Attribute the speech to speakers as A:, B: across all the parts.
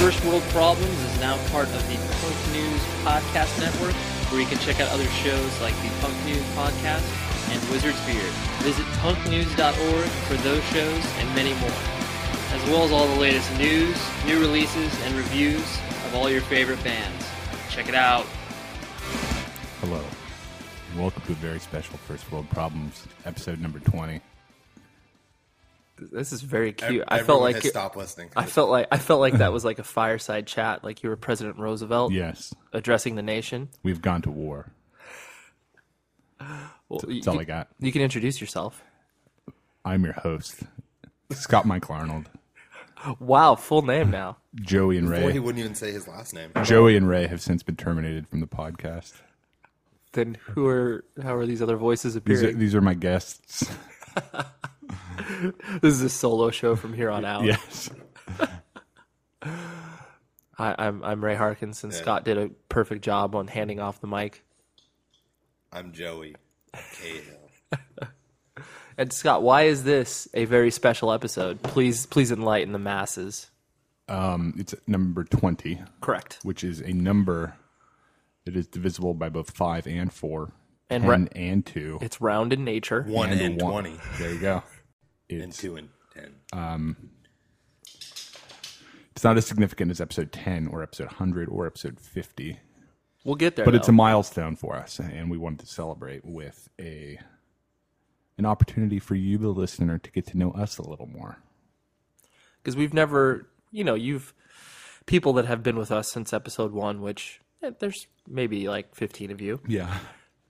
A: First World Problems is now part of the Punk News Podcast Network, where you can check out other shows like the Punk News Podcast and Wizard's Beard. Visit punknews.org for those shows and many more, as well as all the latest news, new releases, and reviews of all your favorite bands. Check it out.
B: Hello, and welcome to a very special First World Problems episode number twenty.
C: This is very
D: Ev-
C: cute. I felt
D: everyone
C: like
D: has
C: you-
D: stopped listening.
C: I felt like I felt like that was like a fireside chat, like you were President Roosevelt
B: Yes,
C: addressing the nation.
B: we've gone to war.
C: Well, you,
B: That's all I
C: can-
B: got.
C: you can introduce yourself.
B: I'm your host, Scott Michael Arnold.
C: Wow, full name now.
B: Joey and
D: Boy, he
B: Ray.
D: wouldn't even say his last name.
B: Joey and Ray have since been terminated from the podcast.
C: Then who are how are these other voices
B: These are,
C: appearing?
B: these are my guests.
C: this is a solo show from here on out.
B: Yes.
C: I, I'm I'm Ray Harkins, and
D: Yeah.
C: Scott did a perfect job on handing off the mic.
D: I'm Joey Cahill.
C: And Scott, why is this a very special episode? Please please enlighten the masses.
B: Um, it's number 20,
C: Correct.
B: which is a number that is divisible by both 5 and 4,
C: And
B: 10
C: ra-
B: and 2.
C: It's round in nature.
D: One and,
B: one.
D: twenty,
B: There you go.
D: and
B: It's,
D: two and ten.
B: it's not as significant as episode 10 or episode 100 or episode 50.
C: We'll get there.
B: but it's a
C: though.
B: milestone for us and we wanted to celebrate with a an opportunity for you the listener to get to know us a little more
C: because we've never, you know, you've people that have been with us since episode one, which eh, there's maybe like 15 of you,
B: yeah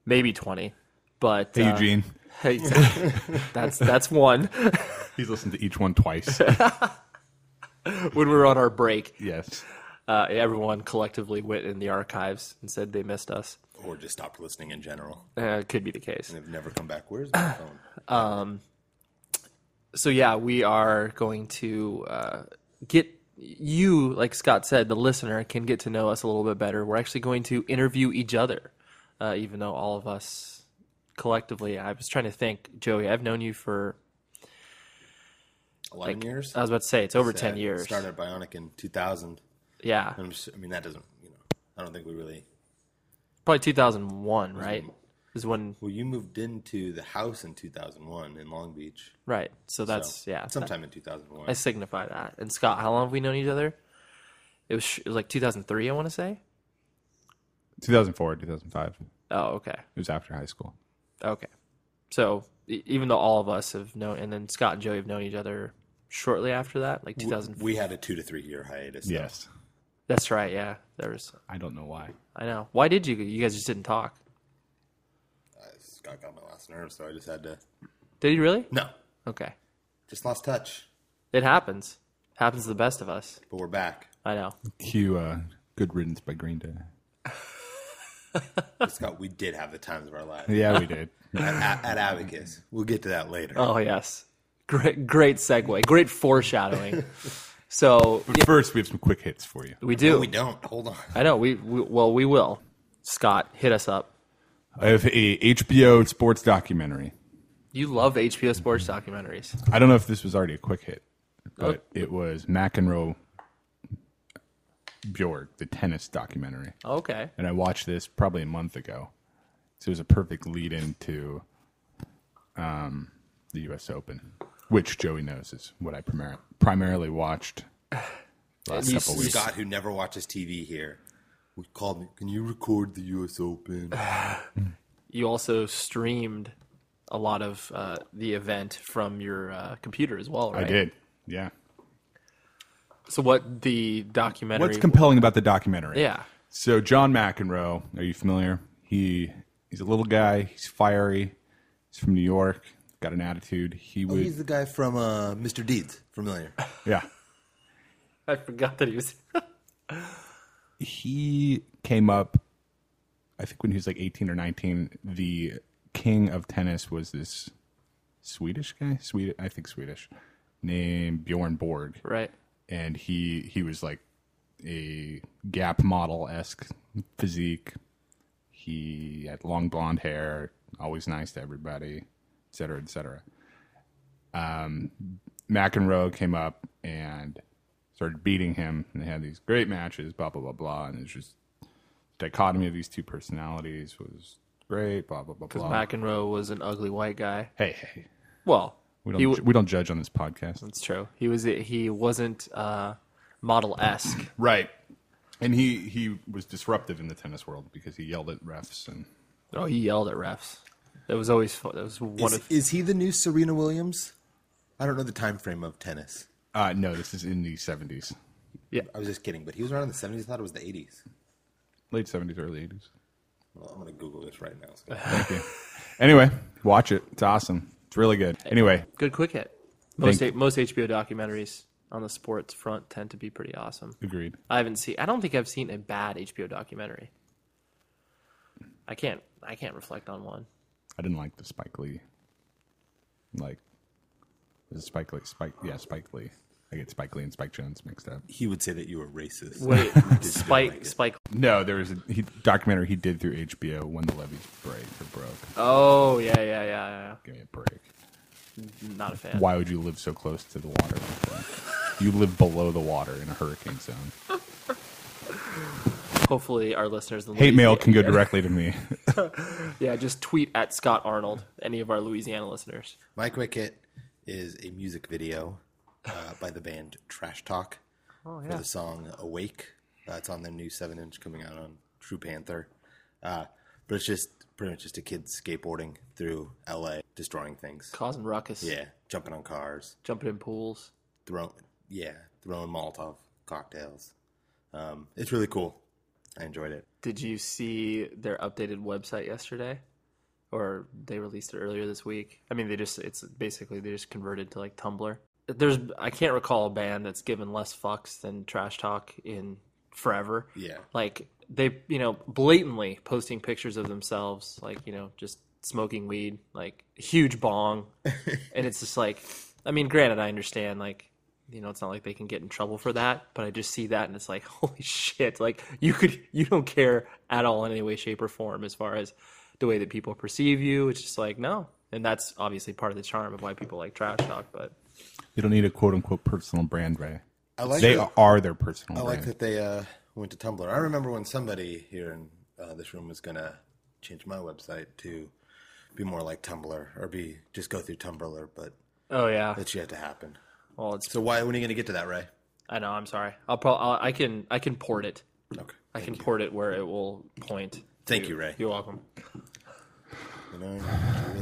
C: maybe 20, but
B: hey
C: uh,
B: eugene
C: hey, that's that's one
B: he's listened to each one twice
C: when we were on our break.
B: yes
C: Uh, everyone collectively went in the archives and said they missed us.
D: Or just stopped listening in general.
C: Uh, could be the case.
D: And have never come back. Where's my phone?
C: So yeah, we are going to uh, get you, like Scott said, the listener can get to know us a little bit better. We're actually going to interview each other, uh, even though all of us collectively. I was trying to think, Joey. I've known you for.
D: Eleven years.
C: I was about to say it's uh, over
D: That
C: ten years.
D: Started at Bionic in two thousand.
C: Yeah,
D: I'm s I mean, that doesn't. You know, I don't think we really.
C: probably two thousand one, right? Is when
D: Well, you moved into the house in two thousand one in Long Beach.
C: right. So that's
D: So,
C: yeah.
D: Sometime in two thousand one.
C: I signify that. And Scott, how long have we known each other? It was, sh- it was like two thousand three. I want to say.
B: 2004 2005 it
C: Oh, okay.
B: was after high school
C: Okay. So e- even though all of us have known, and then Scott and Joey have known each other shortly after that, like 2000.
D: We had a two to three year hiatus. though.
B: yes
C: that's right. Yeah. There was,
B: i don't know why
C: I know. Why did you? You guys just didn't talk.
D: Uh, Scott got my last nerve, so I just had to.
C: Did you really?
D: No,
C: Okay.
D: just lost touch.
C: It happens. Happens to the best of us.
D: But we're back.
C: I know.
B: cue uh, good riddance by green day
D: But Scott, we did have the times of our lives.
B: yeah Uh, we did
D: at, at Abacus. We'll get to that later.
C: Oh, yes. Great, great segue. Great foreshadowing. so
B: but first we have some quick hits for you
C: we
D: No,
C: do.
D: we don't. Hold on.
C: I know. We, we, well, we will. Scott, hit us up.
B: i have a hbo sports documentary
C: You love HBO sports documentaries.
B: i don't know if this was already a quick hit but it was mcenroe bjork the tennis documentary
C: Okay.
B: and I watched this probably a month ago. So it was a perfect lead in to um, the U.S. Open, which Joey knows is what I primar- primarily watched last
C: You-
B: couple
C: you
B: weeks.
D: Scott, who never watches TV here, we called me. Can you record the U.S. Open?
C: you also streamed a lot of uh, the event from your uh, computer as well,
B: I
C: right?
B: did, yeah.
C: So what the documentary?
B: What's compelling about the documentary?
C: yeah,
B: So John McEnroe, are you familiar? He he's a little guy. He's fiery. He's from New York. Got an attitude. He would,
D: He's the guy from uh, Mr. Deeds. Familiar?
B: yeah.
C: I forgot that he was.
B: he came up i think when he was like 18 or 19 the king of tennis was this swedish guy swedish i think swedish named bjorn borg
C: right.
B: and he he was like a gap model esque physique. He had long blonde hair, always nice to everybody, et cetera, et cetera. Um, McEnroe came up and started beating him, and they had these great matches, blah blah blah blah, and it's just dichotomy of these two personalities was great, blah blah blah
C: Because
B: blah.
C: McEnroe was an ugly white guy.
B: hey, hey,
C: Well,
B: we
C: he
B: don't
C: w-
B: ju- we don't judge on this podcast,
C: It's true. He was he wasn't uh, model esque.
B: right? And he he was disruptive in the tennis world because he yelled at refs and
C: oh, he yelled at refs. That was always fun. That was one
D: Is,
C: of
D: is he the new Serena Williams? I don't know the time frame of tennis.
B: uh, no, this is in the seventies,
D: I was just kidding, but he was around in the 70s. I thought it was the 80s.
B: late seventies, early eighties.
D: Well, I'm going to Google this right now.
B: Thank you. anyway, watch it. It's awesome. It's really good. Anyway,
C: good quick hit. Most
B: Thank-
C: H- most HBO documentaries on the sports front tend to be pretty awesome.
B: agreed.
C: I haven't seen. I don't think I've seen a bad HBO documentary. I can't. I can't reflect on one.
B: I didn't like the Spike Lee. Like, was it Spike Lee? Spike, yeah, Spike Lee. I get Spike Lee and Spike Jones mixed up.
D: He would say that you were racist.
C: Wait, Spike. Spike.
B: No, there was a he, documentary he did through HBO when the levees break or broke.
C: Oh yeah, yeah, yeah,
B: Give me a break.
C: yeah. Not a fan.
B: Why would you live so close to the water? like that? You live below the water in a hurricane zone.
C: Hopefully, our listeners. in
B: Hate mail
C: Louisiana-
B: can go directly to me.
C: Yeah, just tweet at Scott Arnold. Any of our Louisiana listeners.
D: My quick hit is a music video uh, by the band Trash Talk for the song Awake. Uh, it's on their new 7 inch coming out on True Panther. Uh, but it's just pretty much just a kid skateboarding through LA, destroying things.
C: Causing ruckus.
D: Yeah, jumping on cars,
C: Jumping in pools.
D: throwing, yeah, throwing Molotov cocktails. Um, it's really cool. I enjoyed it.
C: Did you see their updated website yesterday? Or they released it earlier this week? I mean, they just, it's basically, they just converted to like Tumblr. There's, I can't recall a band that's given less fucks than Trash Talk in forever.
D: Yeah.
C: Like, they, you know, blatantly posting pictures of themselves, like, you know, just smoking weed, like, huge bong. and it's just like, I mean, granted, I understand, like, you know, it's not like they can get in trouble for that, but I just see that and it's like, holy shit! Like you could, you don't care at all in any way, shape, or form as far as the way that people perceive you. It's just like no, and that's obviously part of the charm of why people like trash talk. But
B: They don't need a quote unquote personal brand, Ray.
D: I like
B: they
D: that-
B: are their personal
D: I
B: brand.
D: like that they uh, went to Tumblr. I remember when somebody here in uh, this room was gonna change my website to be more like Tumblr or be just go through Tumblr, but
C: oh yeah,
D: that's yet to happen.
C: well, it's
D: So why? When are you gonna get to that, Ray?
C: I know. I'm sorry. I'll probably I can I can port it.
D: Okay.
C: I can port it where it will point.
D: Thank you, Ray.
C: You're welcome.
D: You know,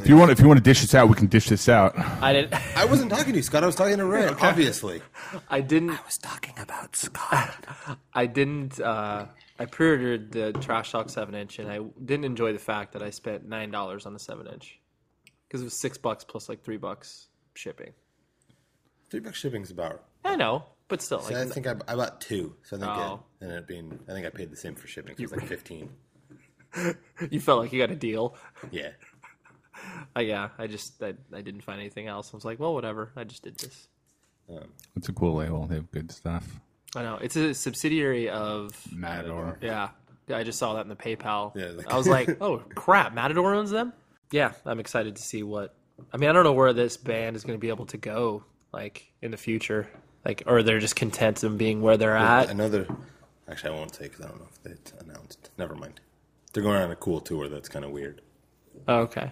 B: if you want, if you want to dish this out, we can dish this out.
C: I didn't.
D: I wasn't talking to you, Scott. I was talking to Ray. Obviously,
C: I didn't.
D: I was talking about Scott.
C: I didn't. Uh, I pre-ordered the Trash Talk seven inch, and I didn't enjoy the fact that I spent nine dollars on the seven inch because it was six bucks plus like three bucks shipping.
D: Three bucks shipping's about.
C: I know, but still, like,
D: I think I, I bought two, so I think
C: Oh.
D: it ended up being. I think I paid the same for shipping. So it was like fifteen.
C: you felt like you got a deal.
D: Yeah.
C: Uh, yeah, I just I, I didn't find anything else. I was like, well, whatever. I just did this.
D: Um,
B: It's a cool label. They have good stuff.
C: I know it's a subsidiary of
B: Matador.
C: yeah. I just saw that in the PayPal.
D: Yeah, like-
C: I was like, oh crap, Matador owns them. Yeah, I'm excited to see what. I mean, I don't know where this band is going to be able to go like in the future. Like, or they're just content in being where they're at.
D: another. Actually, I won't say because I don't know if it's announced. Never mind. They're going on a cool tour. That's kind of weird.
C: Oh, Okay.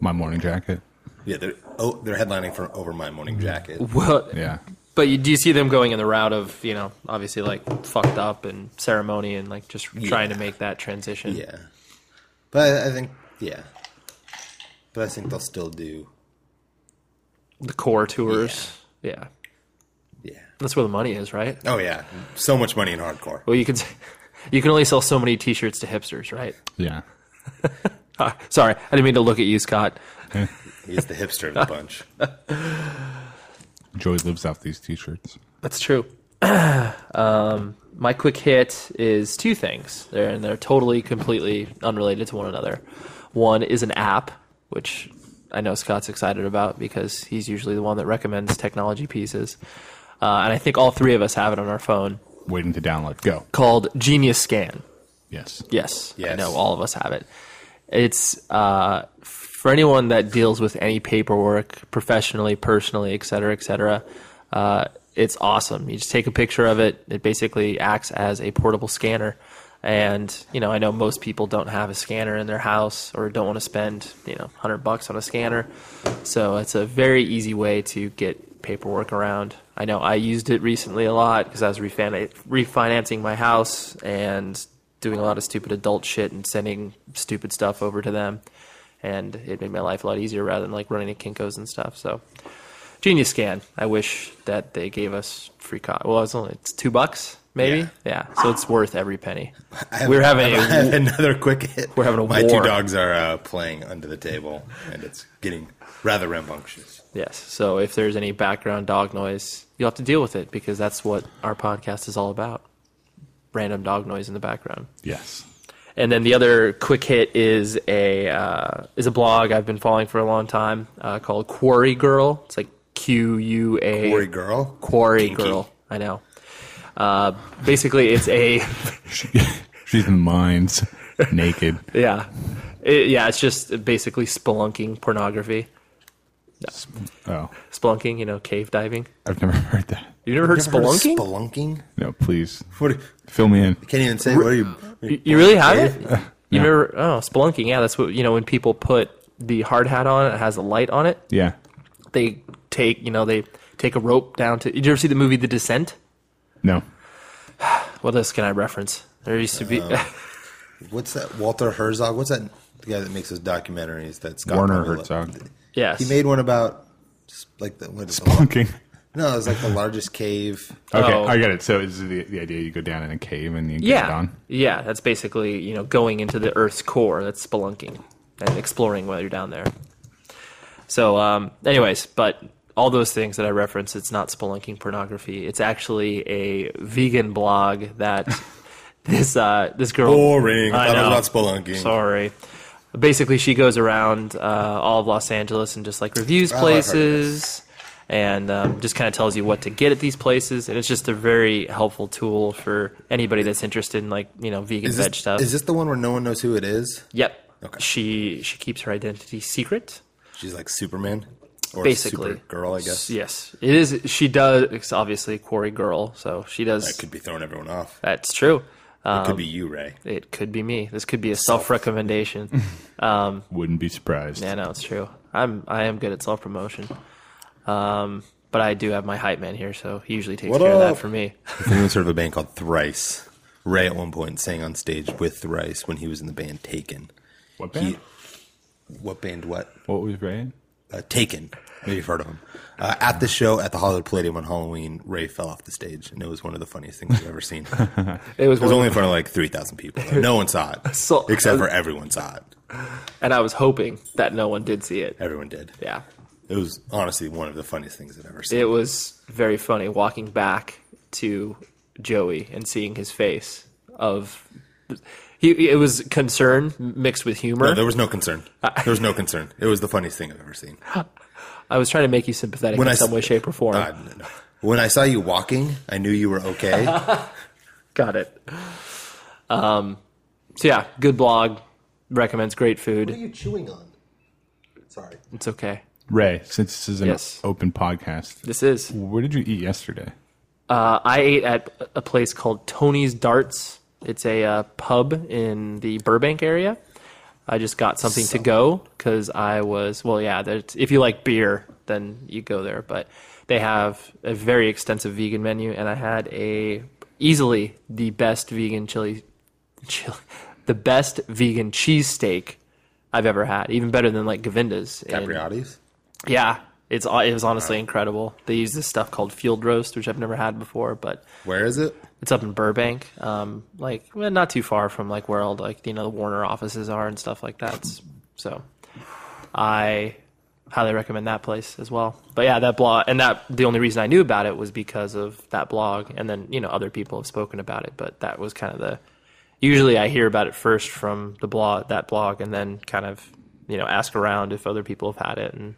B: My morning jacket.
D: Yeah, they're oh, they're headlining for Over My Morning Jacket.
C: Well,
B: Yeah.
C: but you, do you see them going in the route of you know obviously like fucked up and ceremony and like just trying to make that transition?
D: Yeah, but I, I think yeah, but I think they'll still do.
C: The core tours. yeah.
D: Yeah.
C: That's where the money is, right?
D: Oh yeah, so much money in hardcore.
C: Well, you can you can only sell so many T-shirts to hipsters, right?
B: Yeah.
C: Ah, sorry, I didn't mean to look at you, Scott.
D: He's the hipster of the bunch.
B: Joey lives off these t-shirts.
C: That's true. um, my quick hit is two things. They're and they're totally, completely unrelated to one another. One is an app, which I know Scott's excited about because he's usually the one that recommends technology pieces, uh, and I think all three of us have it on our phone
B: Waiting to download. Go.
C: called Genius Scan.
B: Yes.
C: Yes, I
D: Yes.
C: know all of us have it. It's uh, for anyone that deals with any paperwork professionally, personally, et cetera, et cetera. Uh, it's awesome. You just take a picture of it. It basically acts as a portable scanner. And you know, I know most people don't have a scanner in their house or don't want to spend you know hundred bucks on a scanner. So it's a very easy way to get paperwork around. I know I used it recently a lot because I was refin- refinancing my house and doing a lot of stupid adult shit and sending stupid stuff over to them. And it made my life a lot easier rather than like running to Kinkos and stuff. So Genius Scan. I wish that they gave us free copy. Well, it's only it's two bucks, maybe. Yeah. so it's worth every penny. we're having
D: I
C: a,
D: have another quick hit.
C: We're having a
D: My
C: war.
D: two dogs are uh, playing under the table, and it's getting rather rambunctious.
C: yes. So if there's any background dog noise, you'll have to deal with it because that's what our podcast is all about. Random dog noise in the background.
B: Yes.
C: And then the other quick hit is a uh, is a blog I've been following for a long time uh, called Quarry Girl. It's like Q U A
D: Worry girl.
C: Quarry
D: Kinky.
C: Girl. I know. Uh, basically, it's a
B: She, she's in mines, naked.
C: yeah, It- yeah. It's just basically spelunking pornography,
B: Oh,
C: spelunking. You know, cave diving.
B: I've never heard that.
C: You never heard
D: Never heard of
C: spelunking?
D: Spelunking?
B: No, please
D: What? are-
B: fill me in.
D: Can't even say. What are you?
C: You- you really have it? You
B: no.
C: never? Oh, spelunking. Yeah, that's what you know. When people put the hard hat on, it has a light on it.
B: Yeah.
C: They take you know they take a rope down to. Did you ever see the movie The Descent?
B: No.
C: What else can I reference? There used to be.
D: Uh, What's that? Walter Herzog. What's that? The guy that makes those documentaries. That's
B: Werner Herzog.
C: yes.
D: He made one about like the what is it?
B: Plunking.
D: No, it's like the largest cave.
B: Okay,
C: Oh.
B: I get it. So is the the idea you go down in a cave and you get
C: yeah.
B: it on?
C: Yeah, that's basically you know going into the Earth's core. That's spelunking and exploring while you're down there. So, um, anyways, but all those things that I reference, it's not spelunking pornography. It's actually a vegan blog that this uh, this girl
D: Boring. I
C: I
D: thought it
C: know.
D: was about spelunking.
C: Sorry. Basically, she goes around uh, all of Los Angeles and just like reviews
D: Oh, I've heard of
C: places and um, just kind of tells you what to get at these places. And it's just a very helpful tool for anybody that's interested in like you know vegan
D: Is
C: veg
D: this,
C: stuff.
D: is this the one where no one knows who it is?
C: yep.
D: Okay.
C: She she keeps her identity secret.
D: She's like Superman or
C: Basically.
D: Supergirl, I guess.
C: Yes, it is. She does. It's obviously Quarry Girl, so she does.
D: That could be throwing everyone off.
C: that's true.
D: it
C: Um,
D: could be you, Ray.
C: It could be me. This could be a self recommendation.
B: Wouldn't be surprised.
C: Yeah, no, it's true. I'm I am good at self promotion. Um, but I do have my hype man here, so he usually takes
D: What
C: care of that
D: up?
C: for me.
D: The women serve a band called Thrice. Ray at one point sang on stage with Thrice when he was in the band Taken.
B: What band?
D: He, what band? What?
B: What was Ray? in?
D: Uh, Taken. Maybe you've heard of him. Uh, at the show at the Hollywood Palladium on Halloween, Ray fell off the stage, and it was one of the funniest things I've ever seen. it
C: It was,
D: was
C: one-
D: only in front of like three thousand people. No one saw it,
C: So-
D: except for everyone saw it.
C: and I was hoping that no one did see it.
D: Everyone did.
C: Yeah,
D: It was honestly one of the funniest things I've ever seen.
C: it was very funny walking back to Joey and seeing his face of he. It was concern mixed with humor.
D: No, there was no concern. There was no concern. It was the funniest thing I've ever seen.
C: I was trying to make you sympathetic in
D: I
C: some
D: s-
C: way, shape, or form.
D: Uh, no, no. When I saw you walking, I knew you were okay.
C: Got it. Um, so yeah, good blog recommends great food.
D: you chewing on? Sorry.
C: It's okay.
B: Ray, since this is an
C: Yes.
B: open podcast,
C: This is.
B: what did you eat yesterday?
C: Uh, I ate at a place called Tony's Darts. It's a uh, pub in the Burbank area. I just got something to go because I was well, yeah. there's- If you like beer, then you go there. But they have a very extensive vegan menu, and I had a easily the best vegan chili, chili the best vegan cheesesteak I've ever had. Even better than like Govinda's. in-
D: Capriati's?
C: yeah, it's uh, it was honestly incredible. They use this stuff called field roast, which I've never had before, but
D: Where is it?
C: it's up in Burbank, um, like well, not too far from like where all like you know the Warner offices are and stuff like that. S- So, I highly recommend that place as well. But yeah, that blog and that the only reason I knew about it was because of that blog, and then you know other people have spoken about it, but that was kind of the. Usually, I hear about it first from the blog, that blog, and then kind of you know ask around if other people have had it, and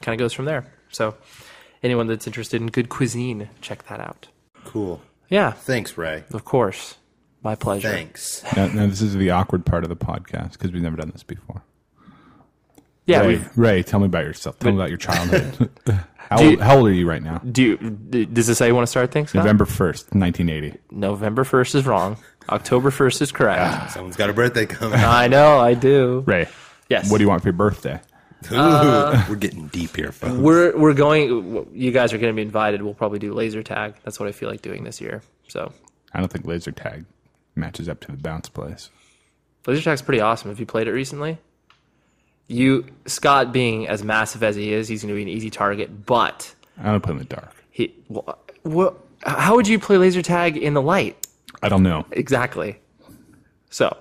C: kind of goes from there. So, anyone that's interested in good cuisine, check that out.
D: Cool.
C: Yeah.
D: Thanks, Ray.
C: Of course. My pleasure.
D: Thanks.
B: Now, now this is the awkward part of the podcast because we've never done this before.
C: Yeah,
B: Ray,
C: we've-
B: Ray, tell me about yourself. Tell me about your childhood. how,
C: you-
B: old, how old are you right now?
C: Do you, d- does this how you want to start things? Scott?
B: November 1st, 1980.
C: November 1st is wrong. October 1st is correct.
B: Ah.
D: Someone's got a birthday coming.
C: I know, I do.
B: Ray,
C: Yes.
B: what do you want for your birthday?
D: Ooh, we're getting deep here, folks.
C: We're we're going you guys are going to be invited. We'll probably do laser tag. That's what I feel like doing this year. So,
B: I don't think laser tag matches up to the bounce place.
C: laser tag's pretty awesome. Have you played it recently? You Scott being as massive as he is, he's going to be an easy target, but
B: I don't play in the dark.
C: he wha- what how would you play laser tag in the light?
B: I don't know.
C: Exactly. So,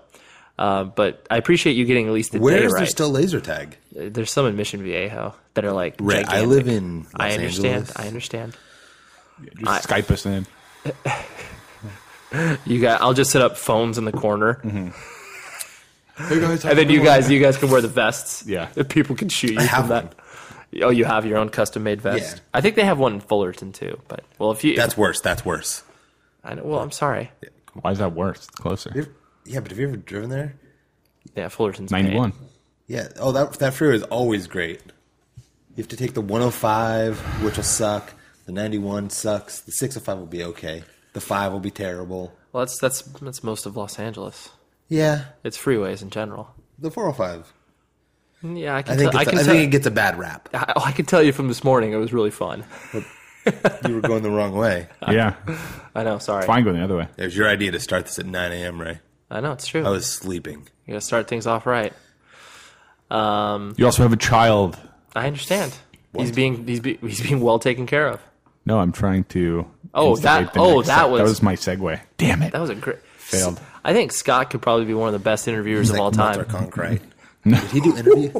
C: uh, but I appreciate you getting at least the
D: Where
C: day
D: is there
C: right.
D: still laser tag?
C: There's some in Mission Viejo that are like.
D: Ray, I
C: gigantic.
D: live in Los
C: I understand.
D: Angeles.
C: I understand.
B: Just Skype us in.
C: You got. I'll just set up phones in the corner,
D: Mm-hmm.
B: Hey guys,
C: and then you guys, you guys can wear the vests.
B: Yeah.
C: If people can shoot you
D: I have
C: from that. Oh, you have your own custom made vest.
D: Yeah.
C: I think they have one in Fullerton too. But well, if you,
D: That's worse. That's worse.
C: I know, well, I'm sorry.
B: Why is that worse? It's closer.
D: Yeah, but have you ever driven there?
C: Yeah, Fullerton's paid.
B: 91.
D: Yeah. Oh, that that freeway is always great. You have to take the 105, which will suck. The 91 sucks. The 605 will be okay. The 5 will be terrible.
C: Well, that's that's that's most of Los Angeles.
D: Yeah.
C: It's freeways in general. the
D: The 405.
C: Yeah, I can.
D: I think,
C: tell, I
D: it's-
C: can.
D: I
C: tell,
D: think it gets a bad rap.
C: I, I can tell you from this morning, it was really fun.
D: You were going the wrong way.
B: Yeah.
C: I know. Sorry.
B: Fine, go the other way.
D: There's your idea to start this at 9 a.m., Ray.
C: I know it's true.
D: I was sleeping.
C: You gotta start things off right. Um,
B: You also have a child.
C: I understand. He's being he's be, he's being well taken care of.
B: No, I'm trying to.
C: Oh,
B: instigate
C: that-
B: the
C: oh,
B: next
C: that
B: step. that
C: was-
B: was my segue. Damn it.
C: That was a great
B: Failed.
C: I think Scott could probably be one of the best interviewers
D: It's
C: of
D: like
C: all time.
D: Walter Cronkite. Did he do interview?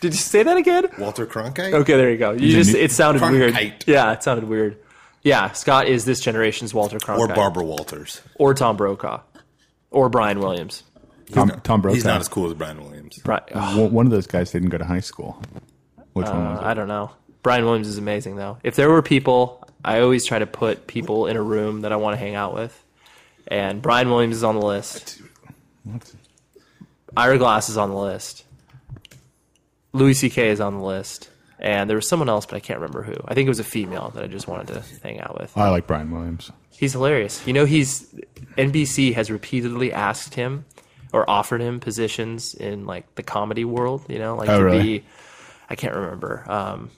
C: Did you say that again?
D: Walter Cronkite?
C: Okay, there you go. You
B: a
C: just
B: new-
C: it sounded weird.
D: Cronkite.
C: Yeah, it sounded weird. Yeah, Scott is this generation's Walter
D: Or
C: Cronkite
D: Barbara Walters.
C: or Tom Brokaw or Brian Williams.
B: Tom, Tom Brokaw.
D: He's not as cool as Brian Williams.
C: Bri- Ugh,
B: One one of those guys didn't go to high school. Which one was it?
C: I don't know. Brian Williams is amazing though. If there were people, I always try to put people in a room that I want to hang out with. And Brian Williams is on the list.
B: What?
C: Ira Glass is on the list. Louis C.K. is on the list. And there was someone else, but I can't remember who. I think it was a female that I just wanted to hang out with.
B: Oh, I like Brian Williams.
C: He's hilarious. You know, he's NBC has repeatedly asked him or offered him positions in like the comedy world. You know, like
B: Oh,
C: to
B: really?
C: be, I can't remember. Um,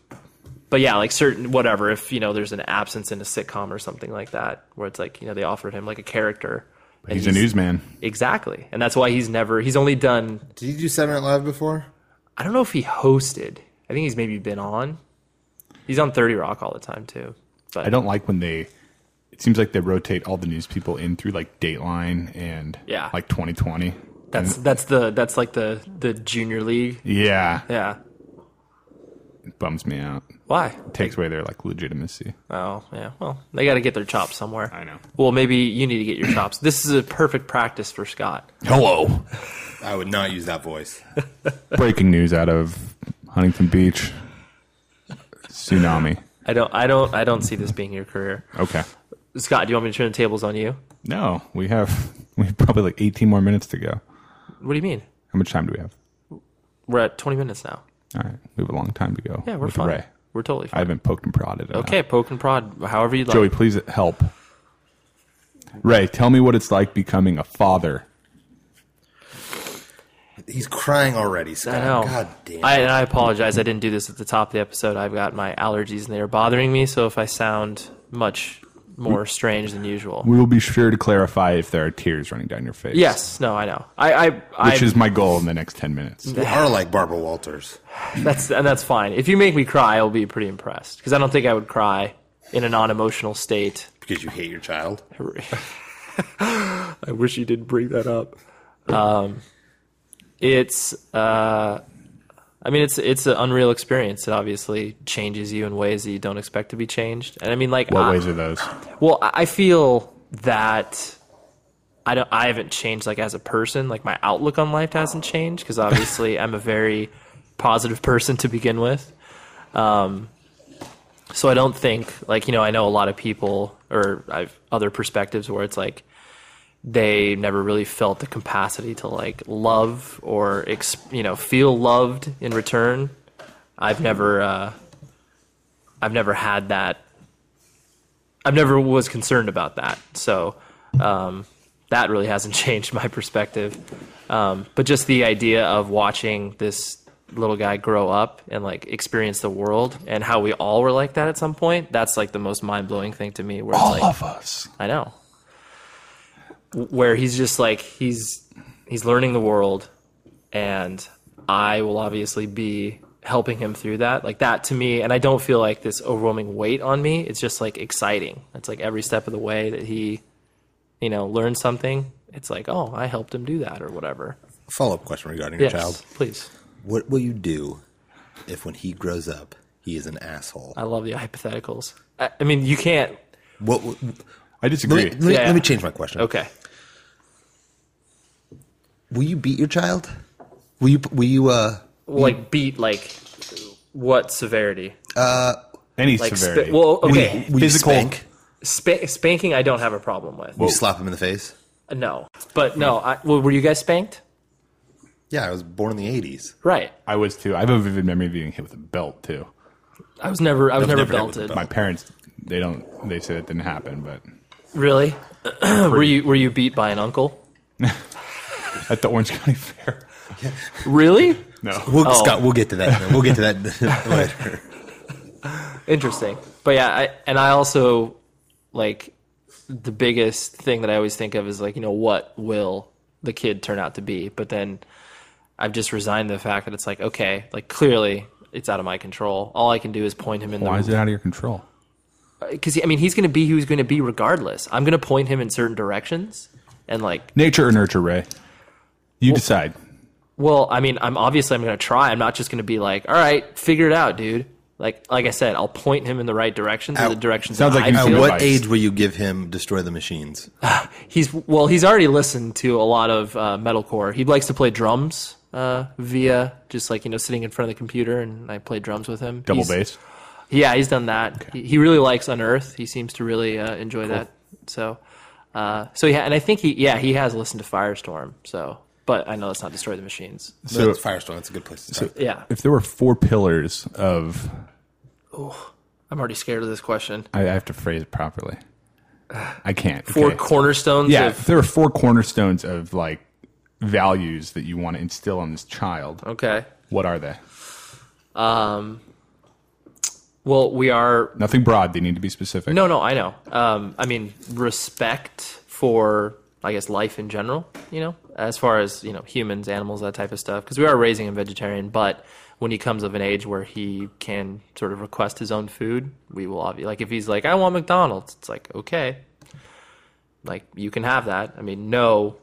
C: but yeah, like certain whatever. If you know, there's an absence in a sitcom or something like that, where it's like you know they offered him like a character. and
B: He's a newsman.
C: exactly, and that's why he's never. He's only done
D: Did he do Saturday Night Live before?
C: I don't know if he hosted. I think he's maybe been on. He's on Thirty Rock all the time too. But
B: I don't like when they. It seems like they rotate all the news people in through like Dateline and
C: Yeah.
B: like 2020.
C: That's that's the that's like the the junior league.
B: Yeah,
C: Yeah.
B: it bums me out.
C: Why?
B: Takes away their like legitimacy.
C: Oh yeah. Well, they got to get their chops somewhere.
B: I know.
C: Well, maybe you need to get your chops. This is a perfect practice for Scott.
B: Hello.
D: I would not use that voice.
B: Breaking news out of Huntington Beach. Tsunami.
C: I don't I don't I don't see this being your career.
B: Okay.
C: Scott, do you want me to turn the tables on you?
B: No, we have we have probably like 18 more minutes to go.
C: What do you mean?
B: How much time do we have?
C: We're at 20 minutes now.
B: All right, we have a long time to go.
C: Yeah, we're
B: with
C: fine.
B: Ray.
C: We're totally
B: I
C: fine.
B: haven't poked and prodded. enough.
C: okay, poke and prod, however you like.
B: Joey, please help. Ray, tell me what it's like becoming a father.
D: He's crying already, Scott.
C: I know.
D: God damn.
C: I,
D: it.
C: and I apologize. I didn't do this at the top of the episode. I've got my allergies and they are bothering me. So if I sound much more strange than usual,
B: We will be sure to clarify if there are tears running down your face.
C: yes, no, I know. I, I, I
B: Which is my goal in the next 10 minutes.
D: You are like Barbara Walters.
C: that's and that's fine. If you make me cry, I'll be pretty impressed because I don't think I would cry in a non-emotional state.
D: Because you hate your child.
C: I wish you didn't bring that up. Um, it's, uh, I mean, it's it's an unreal experience. It obviously changes you in ways that you don't expect to be changed. And I mean, like,
B: What
C: I-
B: ways are those?
C: Well, I I feel that I don't. I haven't changed like as a person. Like my outlook on life hasn't changed because obviously I'm a very positive person to begin with. Um, so I don't think like you know I know a lot of people or I've other perspectives where it's like they never really felt the capacity to like love or ex- you know feel loved in return. I've never uh, I've never had that. I've never was concerned about that. So um, that really hasn't changed my perspective. Um, but just the idea of watching this little guy grow up and like experience the world and how we all were like that at some point that's like the most mind-blowing thing to me where it's
B: All
C: like
B: of us.
C: I know. Where he's just like he's he's learning the world, and I will obviously be helping him through that. Like that to me, and I don't feel like this overwhelming weight on me. It's just like exciting. It's like every step of the way that he, you know, learns something. It's like oh, I helped him do that or whatever.
D: Follow up question regarding
C: Yes,
D: your child.
C: please.
D: What will you do if when he grows up, he is an asshole?
C: I love the hypotheticals. I, I mean, you can't.
D: What? w-
B: I
D: Let
B: disagree.
D: me, let me-
C: Yeah.
D: let me change my question.
C: Okay.
D: Will you beat your child? Will you? Will you? Uh,
C: Like beat like what severity?
B: Any
C: Like sp-
B: severity.
C: well,
B: Any
C: okay.
D: will
B: Physical.
D: You spank?
C: Spa- spanking, I don't have a problem with.
D: You slap him in the face?
C: No, but no. I, well, were you guys spanked?
D: Yeah, I was born in the '80s.
C: Right.
B: I was too. I have a vivid memory of being hit with a belt too.
C: I was never. I was never,
D: never hit with a
C: belted.
B: My parents, they don't. They say it didn't happen, but
C: Really? were you Were you beat by an uncle?
B: at the Orange County Fair.
C: Really?
B: No.
D: We'll,
C: Oh.
D: Scott, we'll get to that. We'll get to that later.
C: Interesting. But yeah, I, and I also like the biggest thing that I always think of is like you know what will the kid turn out to be? But then I've just resigned to the fact that it's like okay, like clearly it's out of my control. All I can do is point him in
B: Why
C: the
B: is it out of your control?
C: because I mean he's going to be who he's going to be regardless. I'm going to point him in certain directions, and like
B: Nature or nurture, Ray? You decide.
C: well, I mean I'm obviously I'm going to try. I'm not just going to be like, all right, figure it out, dude. Like like I said, I'll point him in the right direction to
D: Ow.
C: the directions.
B: Sounds
C: that
B: like you-
C: I
D: At
B: Good
C: feel.
D: what
B: advice.
D: age will you give him destroy the machines?
C: he's well, he's already listened to a lot of uh, metalcore. He likes to play drums. Uh, via just like you know sitting in front of the computer and I play drums with him.
B: Double
C: He's-
B: bass.
C: Yeah, he's done that. He, he really likes Unearth. He seems to really uh, enjoy that. So, uh, so yeah, and I think he, yeah, he has listened to Firestorm. So, but I know that's not Destroy the Machines.
D: So,
B: So-
D: that's Firestorm. That's a good place to start.
C: Yeah,
B: If there were four pillars of,
C: I'm already scared of this question.
B: I I have to phrase it properly. I can't.
C: Four
B: okay.
C: cornerstones.
B: Yeah,
C: Of,
B: if there are four cornerstones of like values that you want to instill on this child.
C: okay. um,
B: What are they?
C: Well, we are.
B: Nothing broad. They need to be specific.
C: No, no, I know. Um, I mean, respect for, I guess, life in general. You know, as far as you know, humans, animals, that type of stuff. Because we are raising him vegetarian, but when he comes of an age where he can sort of request his own food, we will obviously like if he's like, I want McDonald's. It's like okay, like you can have that. I mean, no,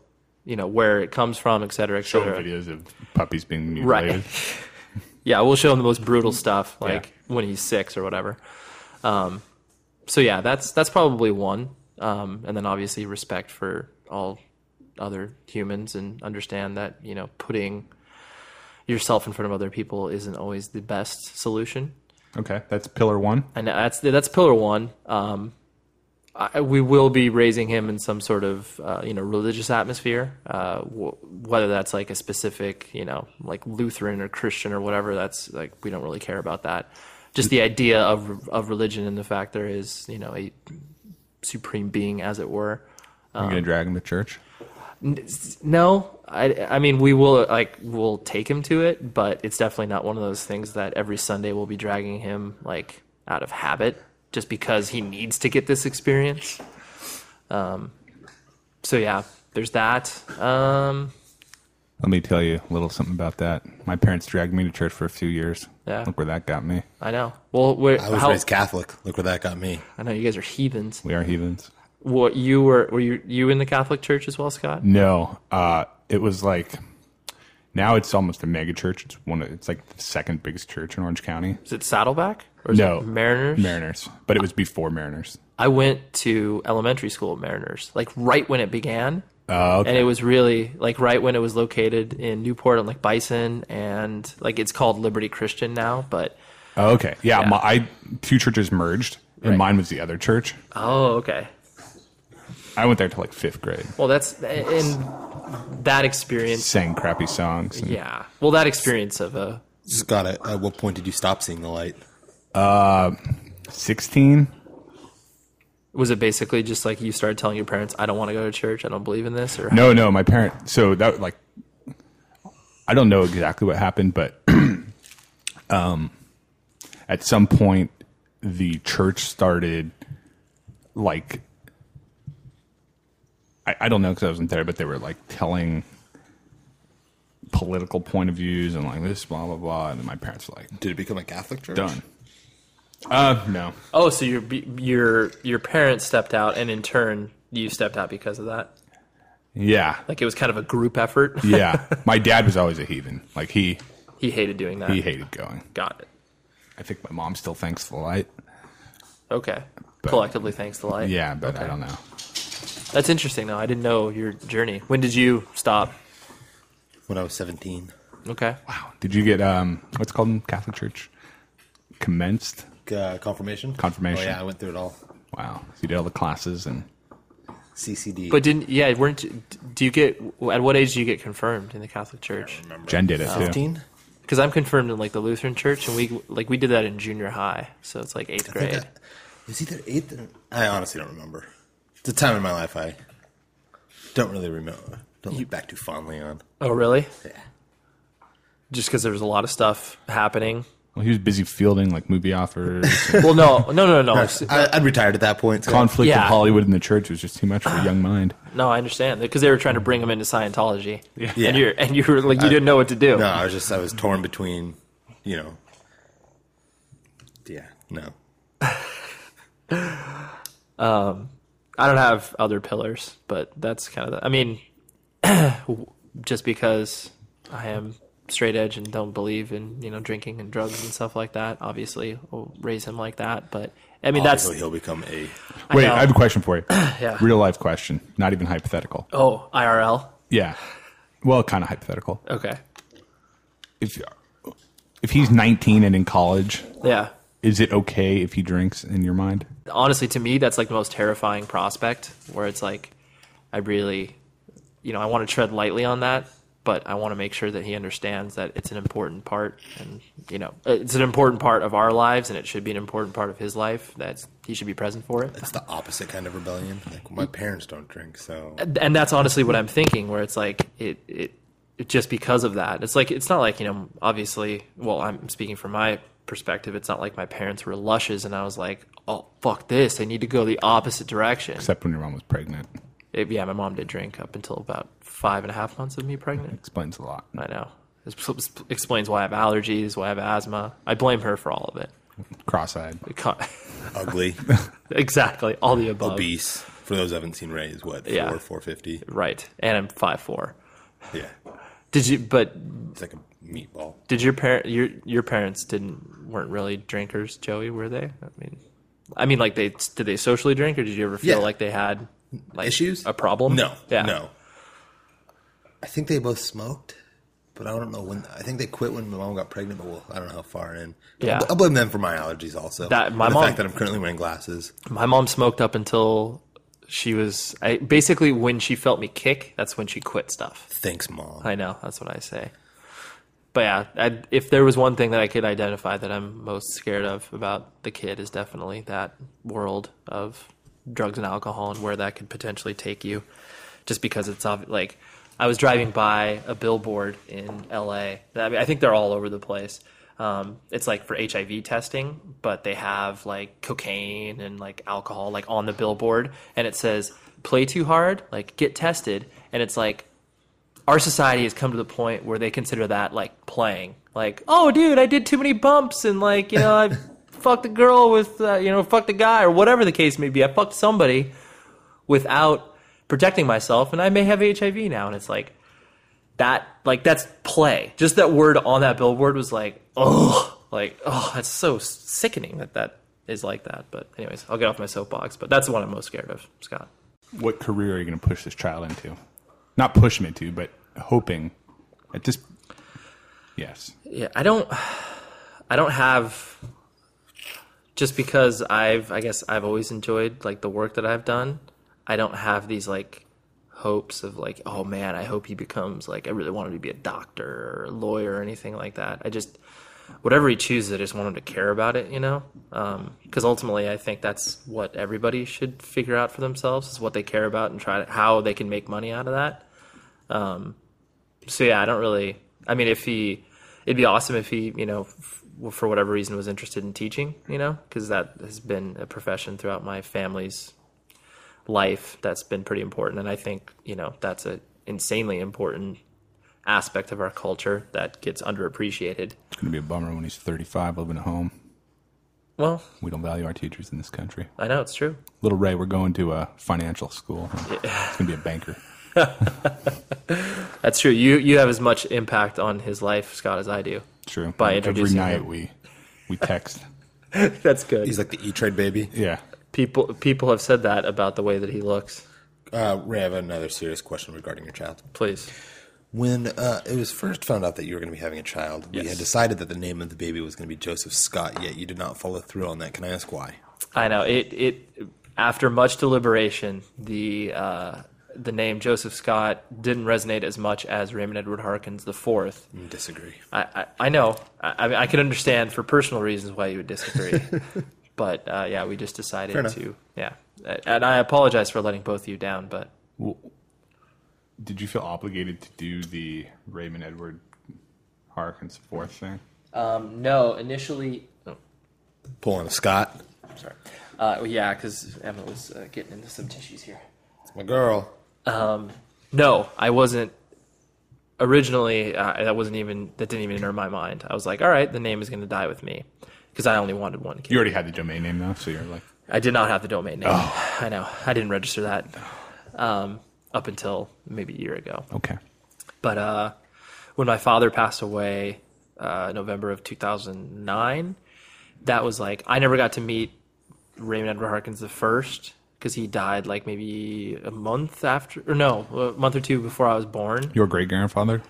C: you know where it comes from, et cetera, et
B: Show
C: cetera.
B: videos of puppies being
C: Right.
B: mutilated.
C: Yeah, we'll show him the most brutal stuff, like when he's six or whatever. Um, so yeah, that's that's probably one. Um, and then obviously respect for all other humans and understand that you know putting yourself in front of other people isn't always the best solution.
B: Okay, that's pillar one.
C: And that's that's pillar one. Um, I, we will be raising him in some sort of uh, you know religious atmosphere, uh, w- whether that's like a specific you know like Lutheran or Christian or whatever. That's like we don't really care about that. Just the idea of of religion and the fact there is you know a supreme being, as it were.
B: You're gonna drag him to church.
C: No, I, I mean we will like we'll take him to it, but it's definitely not one of those things that every Sunday we'll be dragging him like out of habit just because he needs to get this experience. Um, so yeah, there's that. Um,
B: Let me tell you a little something about that. My parents dragged me to church for a few years.
C: Yeah.
B: Look where that got me.
C: I know. Well, wait,
D: I was
C: how,
D: raised Catholic. Look where that got me.
C: I know you guys are heathens.
B: We are heathens.
C: What you were were you you in the Catholic Church as well, Scott?
B: No, uh, it was like now it's almost a mega church. It's one. Of, it's like the second biggest church in Orange County.
C: Is it Saddleback or is
B: No,
C: it Mariners?
B: Mariners, but it was before Mariners.
C: I went to elementary school at Mariners, like right when it began.
B: Oh, okay.
C: And it was really like right when it was located in Newport on like Bison and like it's called Liberty Christian now, but
B: Oh, okay. Yeah, My, I two churches merged, and mine was the other church.
C: oh okay.
B: I went there to like fifth grade,
C: Well, that's and that experience.
B: sang crappy songs. And,
C: Yeah. Well, that experience of a
D: Scott, at, at what point did you stop seeing the light?
B: Sixteen.
C: was it basically just like you started telling your parents, "I don't want to go to church. I don't believe in this." Or
B: No, no, my parent. So that like, I don't know exactly what happened, but um, at some point the church started like I, I don't know because I wasn't there, but they were like telling political point of views and like this blah blah blah, and then my parents were like
D: Did it become a Catholic church?
B: done. Uh, no,
C: oh, so your your your parents stepped out, and in turn you stepped out because of that.
B: yeah,
C: Like it was kind of a group effort.
B: yeah. my dad was always a heathen. Like he
C: he hated doing that.
B: he hated going.
C: Got it.
B: I think my mom still thanks the light.
C: Okay. Collectively, thanks to light.
B: Yeah, but I don't know.
C: That's interesting, though. I didn't know your journey. When did you stop?
D: When I was 17.
C: Okay.
B: Wow. Did you get um what's it called in Catholic Church? Commenced?
D: Uh, confirmation?
B: Confirmation.
D: Oh, yeah, I went through it all.
B: Wow. So you did all the classes and
D: CCD.
C: But didn't yeah? Weren't you- do you get at what age do you get confirmed in the Catholic Church?
B: Jen did it too.
D: 15?
C: Because I'm confirmed in like the Lutheran Church, and we like we did that in junior high, so it's like eighth
D: I think
C: grade.
D: I- it was either eighth or. I honestly don't remember. It's a time in my life I don't really remember. Don't look back too fondly on.
C: Oh, really?
D: Yeah.
C: Just because there was a lot of stuff happening.
B: Well he was busy fielding like movie authors. and
C: Well, no, no, no, no, no.
D: I, I'd retired at that point. so-
B: conflict
C: Yeah.
B: of Hollywood and the church was just too much for a young mind.
C: No, I understand because they were trying to bring him into Scientology. Yeah.
D: Yeah.
C: And you and you were like you didn't know what to do.
D: No, I was just I was torn between, you know. Yeah, no.
C: I don't have other pillars, but that's kind of. The, I mean, just because I am straight edge and don't believe in you know drinking and drugs and stuff like that. Obviously, will raise him like that. But I mean,
D: So
C: that's
D: he'll become a.
B: Wait,
C: know.
B: I, have a question for you. Real life question. Not even hypothetical.
C: oh IRL.
B: Yeah. Well, kinda hypothetical.
C: Okay.
B: If if he's nineteen and in college,
C: Yeah.
B: is it okay if he drinks in your mind?
C: honestly to me that's like the most terrifying prospect where it's like i really you know i want to tread lightly on that but i want to make sure that he understands that it's an important part and you know it's an important part of our lives and it should be an important part of his life that he should be present for it
D: It's the opposite kind of rebellion. Like
C: Mm.
D: my parents don't drink, so
C: and that's honestly what I'm thinking. Where it's like it, it, it just because of that. It's like it's not like you know, obviously. Well, I'm speaking from my perspective. It's not like my parents were lushes, and I was like, oh fuck this, I need to go the opposite direction.
B: Except when your mom was pregnant.
C: It- yeah, my mom did drink up until about five and a half months of me pregnant.
B: Explains a lot.
C: I know. This pl- pl- explains why I have allergies, why I have asthma. I blame her for all of it.
B: Cross eyed.
C: It co-
D: ugly,
C: exactly, all the above.
D: obese. For those who haven't seen Ray, is what four
C: Yeah.
D: four fifty.
C: Right, and I'm five four.
D: Yeah,
C: Did you? But
D: it's like a meatball.
C: did your parent your your parents didn't weren't really drinkers, Joey? Were they? I mean, I mean, like they did they socially drink, or did you ever feel
D: Yeah.
C: like they had like
D: Issues?
C: a problem?
D: No,
C: yeah,
D: no. I think they both smoked, but I don't know when. I think they quit when my mom got pregnant, but well, I don't know how far in.
C: Yeah.
D: I blame them for my allergies also.
C: That- my
D: And the
C: mom-
D: fact that I'm currently wearing glasses.
C: My mom smoked up until she was I, basically when she felt me kick. That's when she quit stuff.
D: Thanks, mom.
C: I know. That's what I say. But yeah, I, if there was one thing that I could identify that I'm most scared of about the kid is definitely that world of drugs and alcohol and where that could potentially take you. Just because it's obvi- like I was driving by a billboard in LA. I, mean, I think they're all over the place. Um, it's like for HIV testing, but they have like cocaine and like alcohol like on the billboard, and it says "play too hard, like get tested," and it's like our society has come to the point where they consider that like playing. Like, oh, dude, I did too many bumps, and like, you know, I fucked a girl with, uh, you know, fucked a guy, or whatever the case may be. I fucked somebody without protecting myself, and I may have HIV now. And it's like that, like that's play. Just that word on that billboard was like, oh, like, oh, that's so sickening that that is like that. But anyways, I'll get off my soapbox. But that's the one I'm most scared of, Scott.
B: what career are you going to push this child into? Not push him into, but hoping at this. Yes,
C: yeah i don't i don't have just because i've i guess i've always enjoyed like the work that i've done I don't have these like hopes of like, oh man, I hope he becomes like I really want him to be a doctor or a lawyer or anything like that. I just whatever he chooses, I just want him to care about it, you know? Because ultimately, I think that's what everybody should figure out for themselves is what they care about and try to, how they can make money out of that. Um, so yeah, I don't really. I mean, if he, it'd be awesome if he, you know, f- for whatever reason was interested in teaching, you know, because that has been a profession throughout my family's life that's been pretty important, and I think you know that's a insanely important aspect of our culture that gets underappreciated.
B: It's going to be a bummer when he's 35 living at home.
C: Well,
B: We don't value our teachers in this country.
C: I know it's true.
B: Little Ray, we're going to a financial school. It's going to be a banker.
C: That's true. You you have as much impact on his life, Scott, as I do.
B: True.
C: By
B: Every
C: introducing
B: night
C: him.
B: we we text.
C: That's good.
D: He's like the E Trade baby.
B: yeah.
C: people people have said that about the way that he looks.
D: Uh, Ray, I have another serious question regarding your child.
C: Please.
D: When uh, it was first found out that you were going to be having a child, we had decided that the name of the baby was going to be Joseph Scott, yet you did not follow through on that. Can I ask why?
C: I know it. It after much deliberation, the uh, the name Joseph Scott didn't resonate as much as Raymond Edward Harkins the Fourth.
D: I Mm, disagree.
C: I, I, I know. I, I mean, I can understand for personal reasons why you would disagree, but uh, yeah, we just decided
D: enough.
C: to. Yeah, and I apologize for letting both of you down, but
B: Did you feel obligated to do the Raymond Edward Harkins fourth thing?
C: um, no. Initially, oh,
D: Pulling a Scott.
C: sorry. Uh, yeah, because Emma was uh, getting into some tissues here.
D: It's my girl.
C: No, I wasn't. Originally, uh, that wasn't even that didn't even enter my mind. I was like, all right, the name is going to die with me because I only wanted one kid.
B: You already had the domain name though, so you're like,
C: I did not have the domain name. I know I didn't register that um, up until maybe a year ago.
B: okay.
C: But uh, when my father passed away, uh, November of 2009, that was like I never got to meet Raymond Edward Harkins the first because he died like maybe a month after, or no, a month or two before I was born.
B: Your great grandfather?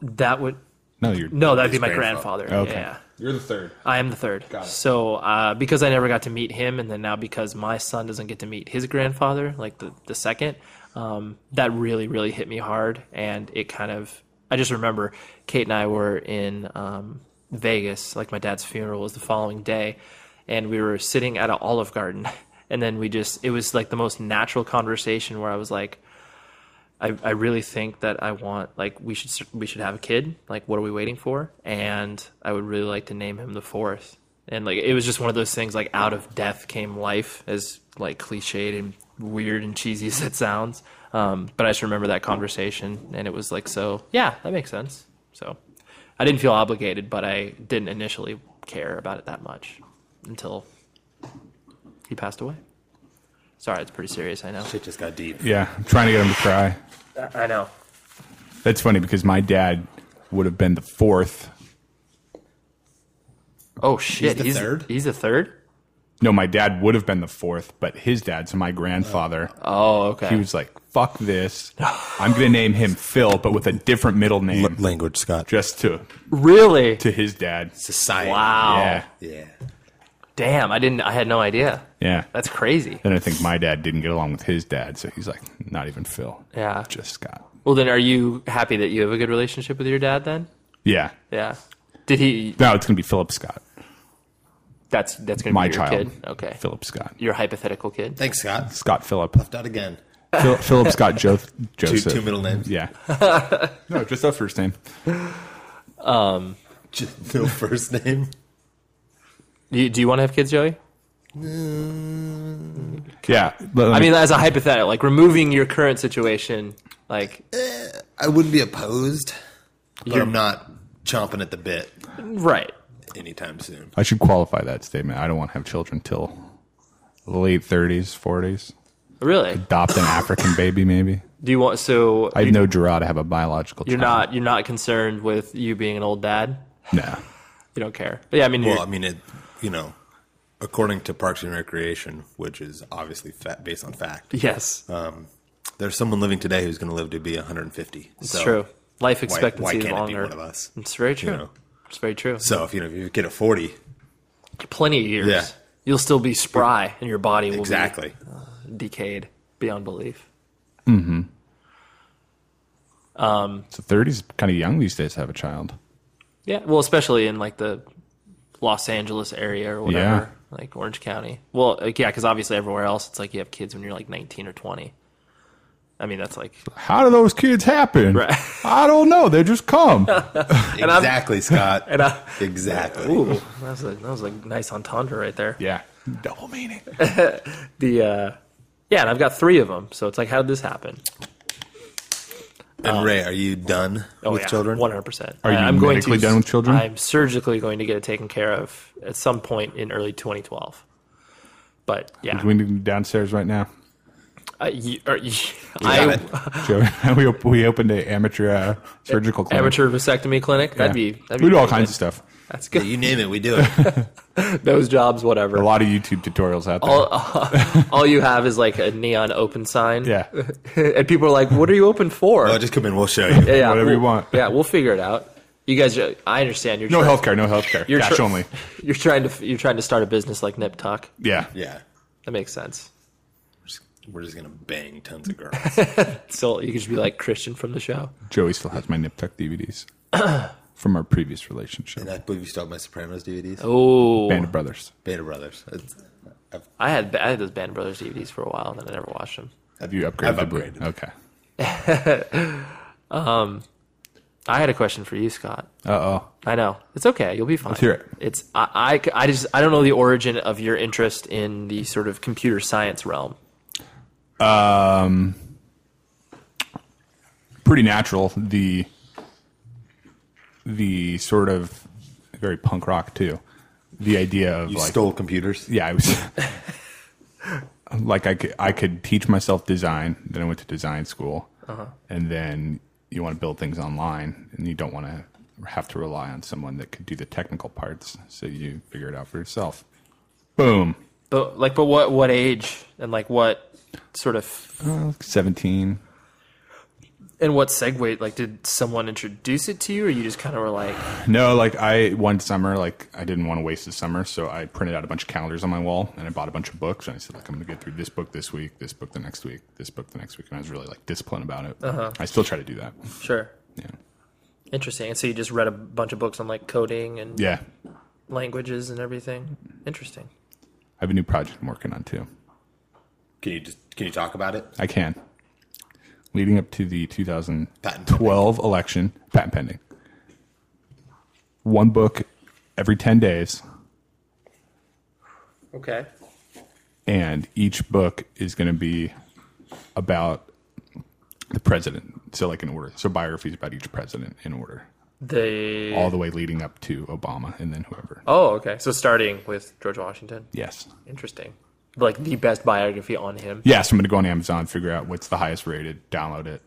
C: That would
B: No, you're
C: no, that'd be
D: His
C: my
D: grandfather.
C: grandfather.
B: Okay.
C: Yeah,
B: You're the third.
C: I am the third.
B: Got it.
C: So uh, because I never got to meet him, and then now because my son doesn't get to meet his grandfather, like the the second, um, that really really hit me hard, and it kind of I just remember Kate and I were in um, Vegas, like my dad's funeral was the following day, and we were sitting at an Olive Garden, and then we just it was like the most natural conversation where I was like. I, I really think that I want like we should s- we should have a kid. Like, what are we waiting for? And I would really like to name him the fourth. And like, it was just one of those things. Like, out of death came life, as like cliched and weird and cheesy as it sounds. Um, but I just remember that conversation, and it was like, so yeah, that makes sense. So I didn't feel obligated, but I didn't initially care about it that much until he passed away. Sorry, it's pretty serious. I know.
D: It just got deep.
B: Yeah, I'm trying to get him to cry.
C: I know.
B: That's funny because my dad would have been the fourth.
C: Oh shit!
D: the
C: He's
D: third?
C: He's the third.
B: No, my dad would have been the fourth, but his dad, so my grandfather,
C: Oh okay.
B: he was like, "Fuck this! I'm gonna name him Phil, but with a different middle name,
D: language, Scott.
B: just to
C: really.
B: to his dad."
D: Society.
C: Wow.
B: Yeah,
D: Yeah.
C: Damn! I didn't. I had no idea.
B: yeah.
C: That's crazy.
B: Then I think my dad didn't get along with his dad, so he's like, "Not even Phil,
C: Yeah.
B: just Scott."
C: Well, then, are you happy that you have a good relationship with your dad? Then.
B: Yeah.
C: Yeah. Did he?
B: No, it's gonna be Philip Scott,
C: That's that's gonna
B: my
C: be your
B: child.
C: kid. Okay.
B: Philip Scott,
C: Your hypothetical kid.
D: Thanks, Scott.
B: Scott Philip,
D: Left out again.
B: Phil, Philip Scott jo-
D: Two,
B: Joseph.
D: two middle names.
B: Yeah. no, just that first name.
D: Just no first name.
C: Do you, do you want to have kids, Joey?
D: Mm,
B: Yeah. let- let
C: I
B: me-
C: mean, as a hypothetical, like removing your current situation, like
D: I wouldn't be opposed, but I'm not chomping at the bit
C: right.
D: anytime soon.
B: I should qualify that statement. I don't want to have children till late 30s, 40s.
C: Really?
B: Adopt an African baby, maybe.
C: Do you want? So
B: I have no draw to have a biological.
C: you're
B: child.
C: not you're not concerned with you being an old dad.
B: No.
C: You don't care. But yeah, I mean, you're-
D: Well, I mean, it, you know, according to Parks and Recreation, which is obviously fa- based on fact,
C: yes.
D: Uh, there's someone living today who's going to live to be 150.
C: It's true. Life
D: Why,
C: expectancy
D: why
C: is
D: can't it be
C: longer.
D: one of us?
C: It's very true.
D: know?
C: It's very true.
D: So if you know, if you get a 40,
C: Plenty of years.
D: Yeah.
C: You'll still be spry, and your body will
D: exactly.
C: be decayed. beyond belief.
B: So 30s kind of young these days to have a child.
C: Yeah, well, especially in like the Los Angeles area or whatever, like Orange County. Well, like, yeah, because obviously everywhere else, it's like you have kids when you're like 19 or 20. I mean, that's like
B: How do those kids happen?
C: Right.
B: I don't know. They just come.
C: I'm-
D: exactly, Scott.
C: and I,
D: exactly.
C: ooh, that was a, that was a nice entendre right there.
B: yeah. Double meaning.
C: The uh, yeah, and I've got three of them, so it's like, how did this happen?
D: And Ray, are you done with children?
C: Oh. One hundred percent.
B: Are you
C: I'm
B: medically done with children?
C: I'm surgically going to get it taken care of at some point in early 2012. But yeah,
B: We need to go downstairs right now.
C: I, you- or- you-
D: Got
C: I
D: it.
B: Joe, we, op- we opened a amateur uh, surgical clinic.
C: amateur vasectomy clinic. That'd be that'd be
B: we do all
C: pretty
B: kinds of
C: good.
B: stuff.
C: That's good.
D: you name it, we do it.
C: Those jobs,
B: A
C: whatever.
B: lot of YouTube tutorials out there.
C: All you have is like a neon open sign.
B: yeah.
C: and people are like, "What are you open for?"
D: Oh, just come in. We'll show you.
C: yeah,
B: whatever
C: we'll-
B: you want.
C: Yeah, we'll figure it out. You guys, are- I understand. You're
B: No healthcare.
C: trying,
B: No healthcare.
C: You're
B: Cash
C: tr-
B: only.
C: You're trying to you're trying to start a business like Nip Tuck.
B: Yeah.
D: Yeah.
C: That makes sense.
D: We're just, we're just gonna bang tons of girls.
C: So you could just be like Christian from the show.
B: Joey still has my Nip Tuck DVDs from our previous relationship.
D: and I believe you still have my Sopranos DVDs.
C: Oh,
B: Band of Brothers.
D: Beta Brothers. It's, I've,
C: I had I had those Band of Brothers DVDs for a while, and then I never watched them.
B: Have you upgraded?
D: I've
B: the-
D: upgraded.
B: Okay.
C: I had a question for you, Scott.
B: Uh oh.
C: I know it's okay. You'll be fine.
B: hear it.
C: It's I, I, I just I don't know the origin of your interest in the sort of computer science realm.
B: pretty natural. The the sort of very punk rock too. The idea of
D: you
B: like
D: stole computers.
B: yeah, I was like I could I could teach myself design. Then I went to design school, and then you want to build things online, and you don't want to have to rely on someone that could do the technical parts. So you figure it out for yourself. Boom.
C: But like, but what what age and like what sort of
B: Seventeen.
C: and what segue like did someone introduce it to you, or you just kind of were like,
B: No, like I one summer, like I didn't want to waste the summer, so I printed out a bunch of calendars on my wall and I bought a bunch of books and I said like I'm gonna get through this book this week, this book the next week, this book the next week, and I was really like disciplined about it. I still try to do that.
C: sure,
B: Yeah,
C: interesting. And so you just read a bunch of books on like coding and
B: yeah.
C: languages and everything. Interesting.
B: I have a new project I'm working on too.
D: Can you just can you talk about it?
B: I can. Leading up to the
D: Patent pending.
B: 2012 election, patent pending. One book every 10 days,
C: Okay.
B: and each book is going to be about the president. So, like in order. So, biographies about each president in order,
C: The
B: all the way leading up to Obama and then whoever.
C: oh, okay. So starting with George Washington.
B: Yes.
C: Interesting. Like the best biography on him.
B: Yes, I'm going to go on Amazon, figure out what's the highest rated, download it,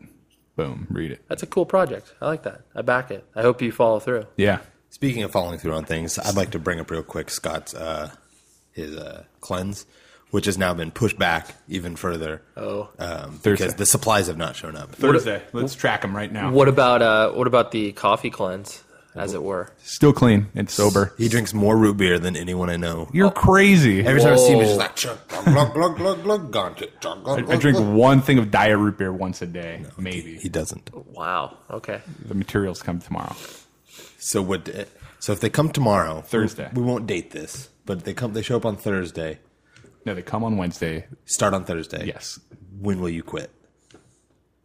B: boom, read it.
C: That's a cool project. I like that. I back it. I hope you follow through.
B: Yeah.
D: Speaking of following through on things, I'd like to bring up real quick Scott's uh, his uh, cleanse, which has now been pushed back even further
C: Oh.
D: um,
B: Thursday.
D: because the supplies have not shown up.
B: Thursday. Let's track them right now.
C: What about uh what about the coffee cleanse, as it were?
B: Still clean and sober.
D: He drinks more root beer than anyone I know.
B: You're crazy.
D: Oh. Every time I see him,
C: Whoa.
D: he's just like, "Chug, glug, glug, glug, glug, gone, chug, glug, glug,
B: I drink
D: glug."
B: one thing of diet root beer once a day, maybe.
D: He doesn't.
C: Wow. Okay.
B: The materials come tomorrow.
D: So what? uh, So if they come tomorrow,
B: Thursday.
D: we, we won't date this, but if they come. They show up on Thursday.
B: No, they come on Wednesday.
D: Start on Thursday.
B: Yes.
D: When will you quit?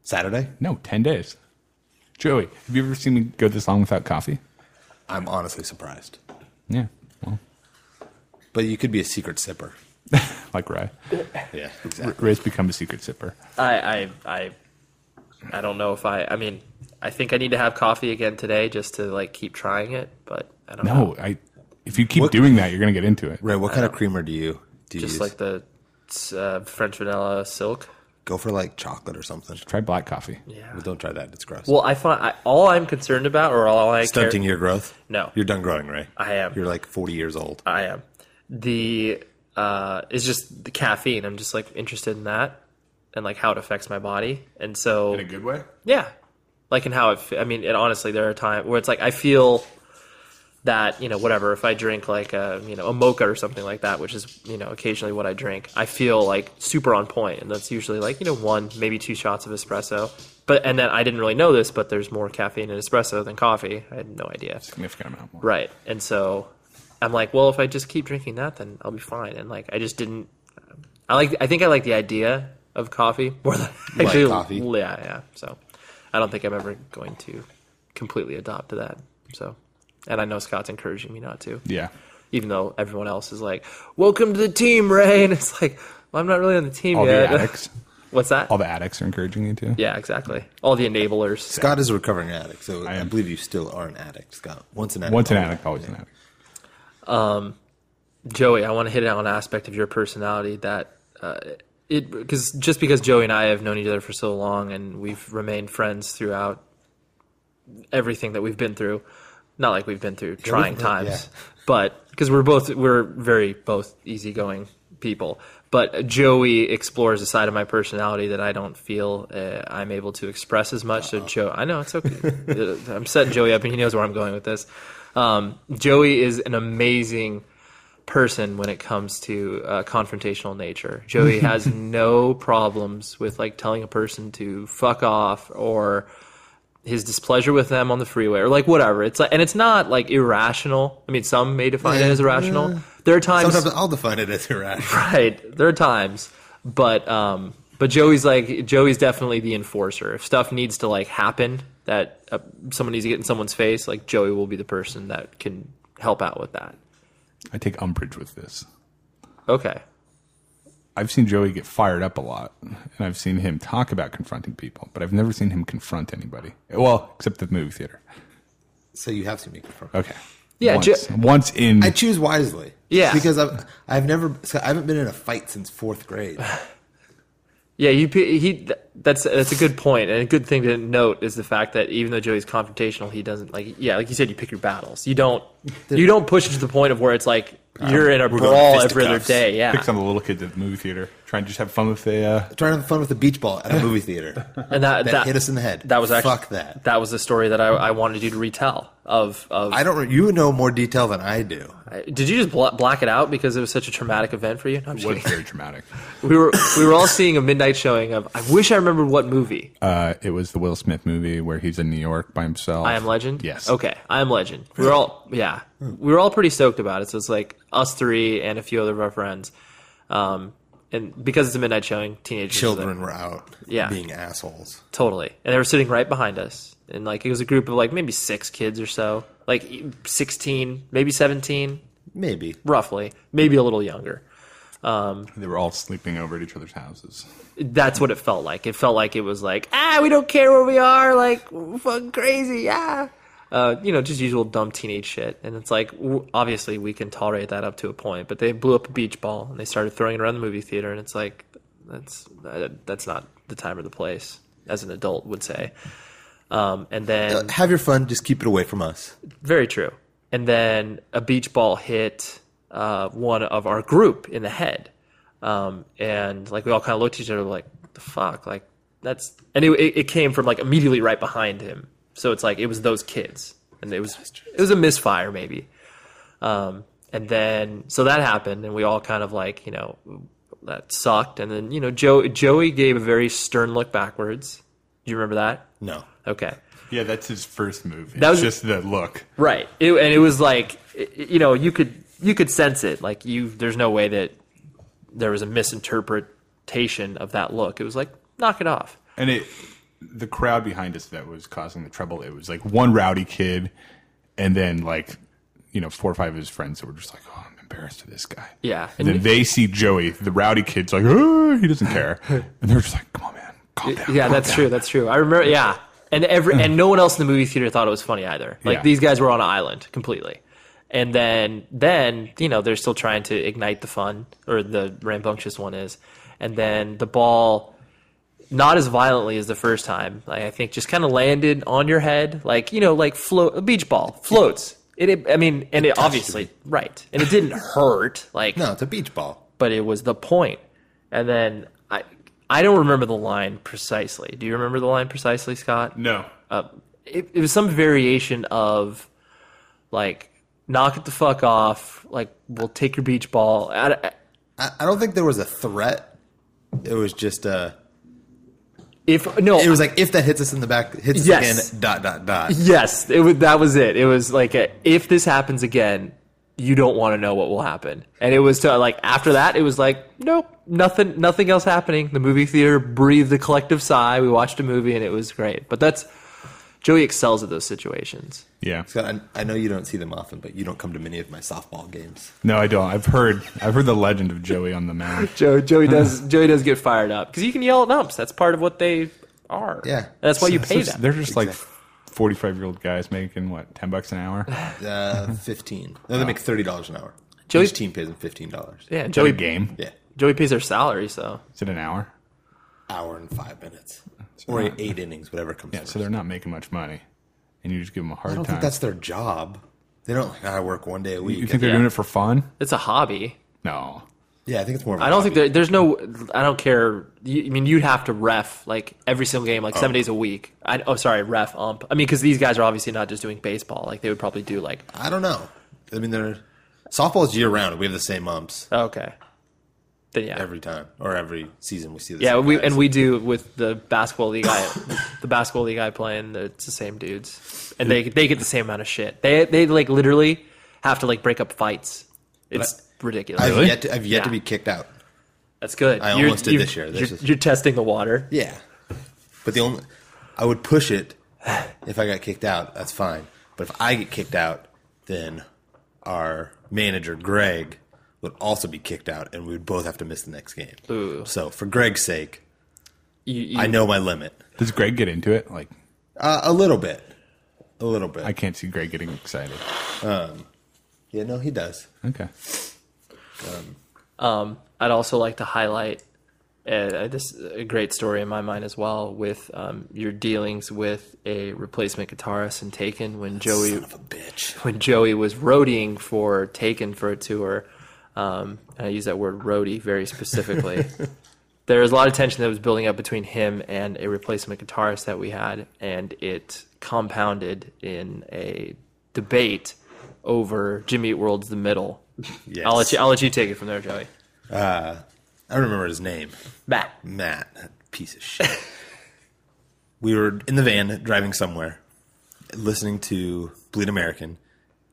D: Saturday.
B: No, 10 days. Joey, have you ever seen me go this long without coffee?
D: I'm honestly surprised,
B: Yeah. Well,
D: but you could be a secret sipper.
B: like Ray.
D: Yeah, exactly.
B: Ray's become a secret sipper.
C: I I I I don't know if I I mean I think I need to have coffee again today just to like keep trying it, but I don't know.
B: No, I. If you keep
D: What-
B: doing that, you're going to get into it.
D: Ray, what kind of creamer do you do? You
C: Just
D: use?
C: like the uh, French vanilla silk.
D: go for like chocolate or something.
B: Try black coffee.
C: Yeah.
D: Well, don't try that; it's gross.
C: Well, I find I, all I'm concerned about, or all I care-
D: Stunting your growth.
C: No.
D: you're done growing, Ray.
C: I am.
D: You're like 40 years old.
C: I am. The uh, is just the caffeine. I'm just like interested in that and like how it affects my body. And so
B: good way?
C: yeah, like in how it. f- I mean, and honestly, there are times where it's like I feel that you know whatever if i drink like a you know a mocha or something like that which is you know occasionally what i drink i feel like super on point and that's usually like you know one maybe two shots of espresso but and then i didn't really know this but there's more caffeine in espresso than coffee i had no idea
B: Significant amount more.
C: right and so i'm like well if i just keep drinking that then i'll be fine and like i just didn't i like i think i like the idea of coffee more than I
D: like
C: actually
D: coffee?
C: yeah yeah so i don't think i'm ever going to completely adopt to that so and i know scott's encouraging me not to
B: Yeah.
C: even though everyone else is like welcome to the team ray and it's like well, i'm not really on the team
B: All
C: yet
B: the addicts.
C: what's that
B: All the addicts are encouraging you to.
C: yeah exactly all the enablers
D: Scott is a recovering addict, so I,
B: am.
D: believe you still are an addict, Scott. Once an addict.
B: Once an
D: always
B: addict, always an addict.
C: Joey, I want to hit on an aspect of your personality that uh, it because just because Joey and I have known each other for so long and we've remained friends throughout everything that we've been through. Not like we've been through trying
D: we've been-
C: times,
D: yeah.
C: but because we're both we're very both easygoing people. But Joey explores a side of my personality that I don't feel uh, I'm able to express as much. So Joe, I know it's okay. I'm setting Joey up, and he knows where I'm going with this. Um, Joey is an amazing person when it comes to uh, confrontational nature. Joey has no problems with like telling a person to fuck off or his displeasure with them on the freeway or like whatever. It's like, and it's not like irrational. I mean, some may define it as irrational. There are times,
D: Sometimes I'll define it as irrational.
C: right? There are times, but um, but Joey's like Joey's definitely the enforcer. If stuff needs to like happen, that uh, someone needs to get in someone's face, like Joey will be the person that can help out with that.
B: I take umbrage with this.
C: Okay,
B: I've seen Joey get fired up a lot, and I've seen him talk about confronting people, but I've never seen him confront anybody. Well, except at the movie theater.
D: So you have to make it from.
B: Okay.
C: Yeah,
B: Once,
C: Jo-
B: once in
D: I choose wisely.
C: Yeah.
D: Because I've I've never so I haven't been in a fight since fourth grade.
C: Yeah, you p- he th- that's that's a good point and a good thing to note is the fact that even though Joey's confrontational, he doesn't like yeah, like you said, you pick your battles. You don't you don't push it to the point of where it's like you're in a
D: going
C: brawl every other
D: fisticuffs.
C: day. Yeah,
B: picks on the little kids at the movie theater, trying to just have fun with the. Uh,
D: Trying to have fun with a beach ball at a movie theater.
C: and that,
D: That hit us in the head.
C: That was actually
D: Fuck that.
C: was the story that I, I wanted you to retell of of.
D: I don't. You know more detail than I do.
C: did you just bla black it out because it was such a traumatic event for you? No, I'm just
B: was
C: kidding.
B: very traumatic.
C: We were we were all seeing a midnight showing of. I wish I remembered what movie.
B: Uh, it was the Will Smith movie where he's in New York by himself.
C: I Am Legend?
B: Yes.
C: Okay, I Am Legend. We were all, yeah, we were all pretty stoked about it. So it's like us three and a few other of our friends. Um, and because it's a midnight showing, teenagers. are there.
D: Children were out.
C: Yeah.
D: Being assholes.
C: Totally. And they were sitting right behind us. And like, it was a group of like maybe six kids or so, like 16, maybe 17,
D: Maybe.
C: roughly, maybe a little younger.
B: They were all sleeping over at each other's houses.
C: that's what it felt like. It felt like it was like, ah, we don't care where we are, like we're fucking crazy, ah. Uh, you know, just usual dumb teenage shit. And it's like, w- obviously, we can tolerate that up to a point, but they blew up a beach ball and they started throwing it around the movie theater, and it's like, that's that- that's not the time or the place, as an adult would say. Um, and then
D: Uh, Have your fun. Just keep it away from us.
C: very true. And then a beach ball hit uh, one of our group in the head, um, and like we all kind of looked at each other like, "The fuck!" Like that's and it, it it came from like immediately right behind him. So it's like it was those kids, and it was it was a misfire maybe. Um, and then so that happened, and we all kind of like you know that sucked. And then you know Joe Joey gave a very stern look backwards. Do you remember that?
D: No.
C: Okay.
B: Yeah, that's his first movie.
C: That was-
B: it's just the look.
C: Right. It, and it was like i- i- you know, you could you could sense it. Like you there's no way that there was a misinterpretation of that look. It was like knock it off.
B: and it the crowd behind us that was causing the trouble it was like one rowdy kid and then like you know four or five of his friends that were just like oh i'm embarrassed for this guy
C: Yeah.
B: and then
C: And-
B: they see joey the rowdy kid's like oh he doesn't care and they're just like come on man calm down
C: Yeah,
B: calm
C: that's
B: down."
C: true. That's true. I remember yeah. And every and no one else in the movie theater thought it was funny either. Like
B: Yeah.
C: these guys were on an island completely. And then then, you know, they're still trying to ignite the fun or the rambunctious one is. And then the ball not as violently as the first time. Like, I think just kind of landed on your head, like you know, like float a beach ball floats. It, it I mean, and it, obviously right, and it didn't hurt. Like,
D: No, it's a beach ball.
C: but it was the point. And then I I don't remember the line precisely. Do you remember the line precisely, Scott?
B: no
C: Uh, it, it was some variation of like knock it the fuck off. Like, we'll take your beach ball. I, I-
D: I, I don't think there was a threat. It was just a.
C: if no,
D: It was like if that hits us in the back, hits us
C: Yes.
D: again. Dot dot dot.
C: yes, it was, that was it. It was like, a, if this happens again, you don't want to know what will happen. And it was to like after that, it was like, nope, nothing, nothing else happening. The movie theater breathed a collective sigh. We watched a movie, and it was great. But that's Joey excels at those situations.
B: Yeah.
D: Scott, I, I know you don't see them often, but you don't come to many of my softball games.
B: No, I don't. I've heard I've heard the legend of Joey on the mound.
C: Joe, Joey does Joey does get fired up because you can yell at umps. That's part of what they are.
D: Yeah.
C: that's why you
B: It's
C: pay
B: just-
C: them.
B: They're just like forty-five year old guys making what ten bucks an hour.
D: Uh, fifteen. No, they make thirty dollars an hour.
C: Joey-
D: Each team pays them fifteen dollars.
C: Yeah,
B: Joey
C: Joey
B: game.
D: Yeah,
C: Joey pays their salary, so
B: Is it an hour?
D: hour and five minutes, or eight, eight innings, whatever comes.
B: Yeah.
D: first.
B: So they're not making much money, and you just give them a
D: I
B: hard
D: don't
B: time.
D: think that's their job. They don't. "Ah, I work one day a week.
B: you think they're doing it for fun?
C: it's a hobby.
B: No.
D: yeah, I think it's more. Of a
C: I don't think
D: hobby.
C: there, there's no. I don't care. You, I mean, you'd have to ref like every single game, like seven days a week. I, oh, sorry, ref ump. I mean, because these guys are obviously not just doing baseball. Like they would probably do like
D: I don't know. I mean, they're softball is year round. We have the same umps
C: oh, okay, then yeah,
D: every time, or every season we see. The
C: yeah.
D: same
C: We
D: guys.
C: and we do with the basketball league guy, the basketball league guy playing. It's the same dudes, and they they get the same amount of shit. They they like literally have to like break up fights. It's ridiculous.
D: I've
B: Really?
D: yet to, I've yet to
C: Yeah.
D: be kicked out.
C: That's good.
D: I
C: You're-
D: almost did
C: you're-
D: this year. This
C: you're,
D: is-
C: you're testing the water.
D: Yeah, but the only I would push it if I got kicked out. That's fine. But if I get kicked out, then our manager Greg would also be kicked out, and we would both have to miss the next game.
C: Ooh.
D: So for Greg's sake,
C: You, you,
D: I know my limit.
B: Does Greg get into it? Like,
D: Uh, a little bit, a little bit.
B: I can't see Greg getting excited.
D: yeah, no, he does.
B: Okay.
C: Um, I'd also like to highlight uh, this a great story in my mind as well with um, your dealings with a replacement guitarist in Taken when Joey
D: Son of a bitch.
C: when Joey was roadieing for Taken for a tour. Um, and I use that word roadie very specifically. there was a lot of tension that was building up between him and a replacement guitarist that we had, and it compounded in a debate over Jimmy Eat World's The Middle.
D: Yes.
C: I'll let you. I'll let you take it from there, Joey.
D: I remember his name.
C: Matt.
D: Matt, that piece of shit. we were in the van driving somewhere, listening to Bleed American,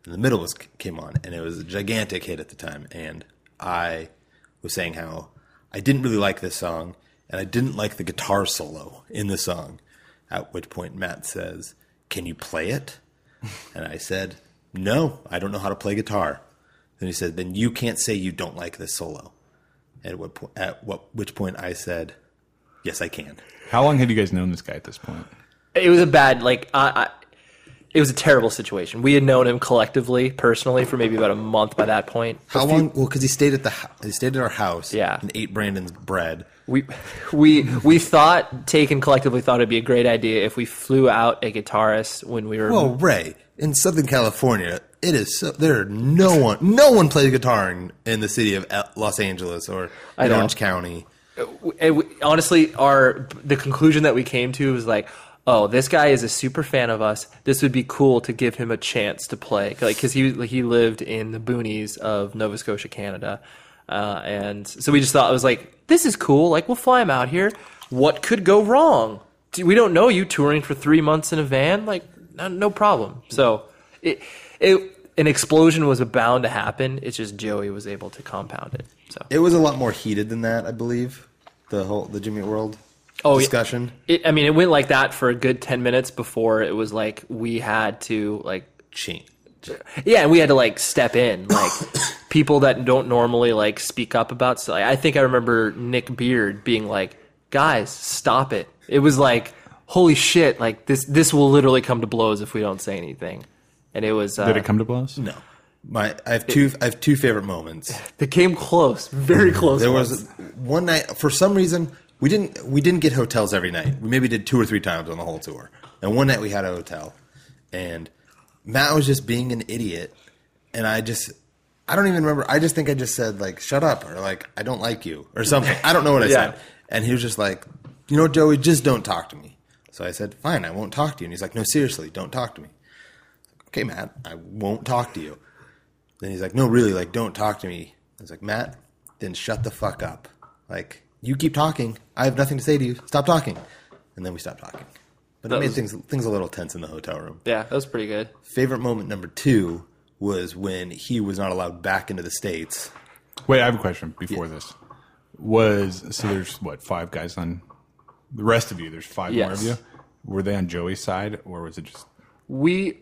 D: and the middle was came on, and it was a gigantic hit at the time. And I was saying how I didn't really like this song, and I didn't like the guitar solo in the song. At which point Matt says, "Can you play it?" And I said, "No, I don't know how to play guitar." Then he said, "Then you can't say you don't like this solo." At what po- at what which point I said, "Yes, I can."
B: How long have you guys known this guy at this point?
C: It was a bad like. I, I, it was a terrible situation. We had known him collectively, personally, for maybe about a month by that point.
D: How long? Well, because he stayed at the hou- he stayed at our house,
C: Yeah.
D: and ate Brandon's bread.
C: We we we thought taken collectively thought it'd be a great idea if we flew out a guitarist when we were
D: Well, Ray, in Southern California, it is so, there. Are no one, no one plays guitar in, in the city of L- Los Angeles or in
C: know.
D: Orange County.
C: and we, honestly our the conclusion that we came to was like oh this guy is a super fan of us this would be cool to give him a chance to play like because he he lived in the boonies of nova scotia canada uh, and so we just thought it was like this is cool like we'll fly him out here what could go wrong Do- we don't know you touring for three months in a van like no, no problem so it, it an explosion was bound to happen it's just joey was able to compound it so
D: It was a lot more heated than that, I believe. The whole the Jimmy Eat World
C: Oh, yeah.
D: discussion.
C: It, I mean, it went like that for a good ten minutes before it was like we had to like
D: Ching.
C: yeah, and we had to like step in like people that don't normally like speak up about. So I think I remember Nick Beard being like, "Guys, stop it!" It was like, "Holy shit!" Like this, this will literally come to blows if we don't say anything. And it was uh,
B: Did it come to blows?
D: No, my I have two I have two favorite moments.
C: they came close, very close.
D: There
C: ones.
D: was one night for some reason we didn't we didn't get hotels every night. We maybe did two or three times on the whole tour. And one night we had a hotel, and Matt was just being an idiot, and I just I don't even remember. I just think I just said like "shut up" or like "I don't like you" or something. I don't know what I
C: Yeah.
D: said. And he was just like, "You know, Joey, just don't talk to me." So I said, "Fine, I won't talk to you." And he's like, "No, seriously, don't talk to me." okay, Matt, I won't talk to you. Then he's like, "No, really, like, don't talk to me." I was like, "Matt, then shut the fuck up. Like, you keep talking. I have nothing to say to you. Stop talking." And then we stopped talking. But it
C: That
D: made
C: was-
D: things things a little tense in the hotel room.
C: Yeah, that was pretty good.
D: Favorite moment number two was when he was not allowed back into the states.
B: Wait, I have a question before this. Was so there's what five guys on the rest of you? There's five more of
C: Yes.
B: you. Were they on Joey's side or was it just?
C: we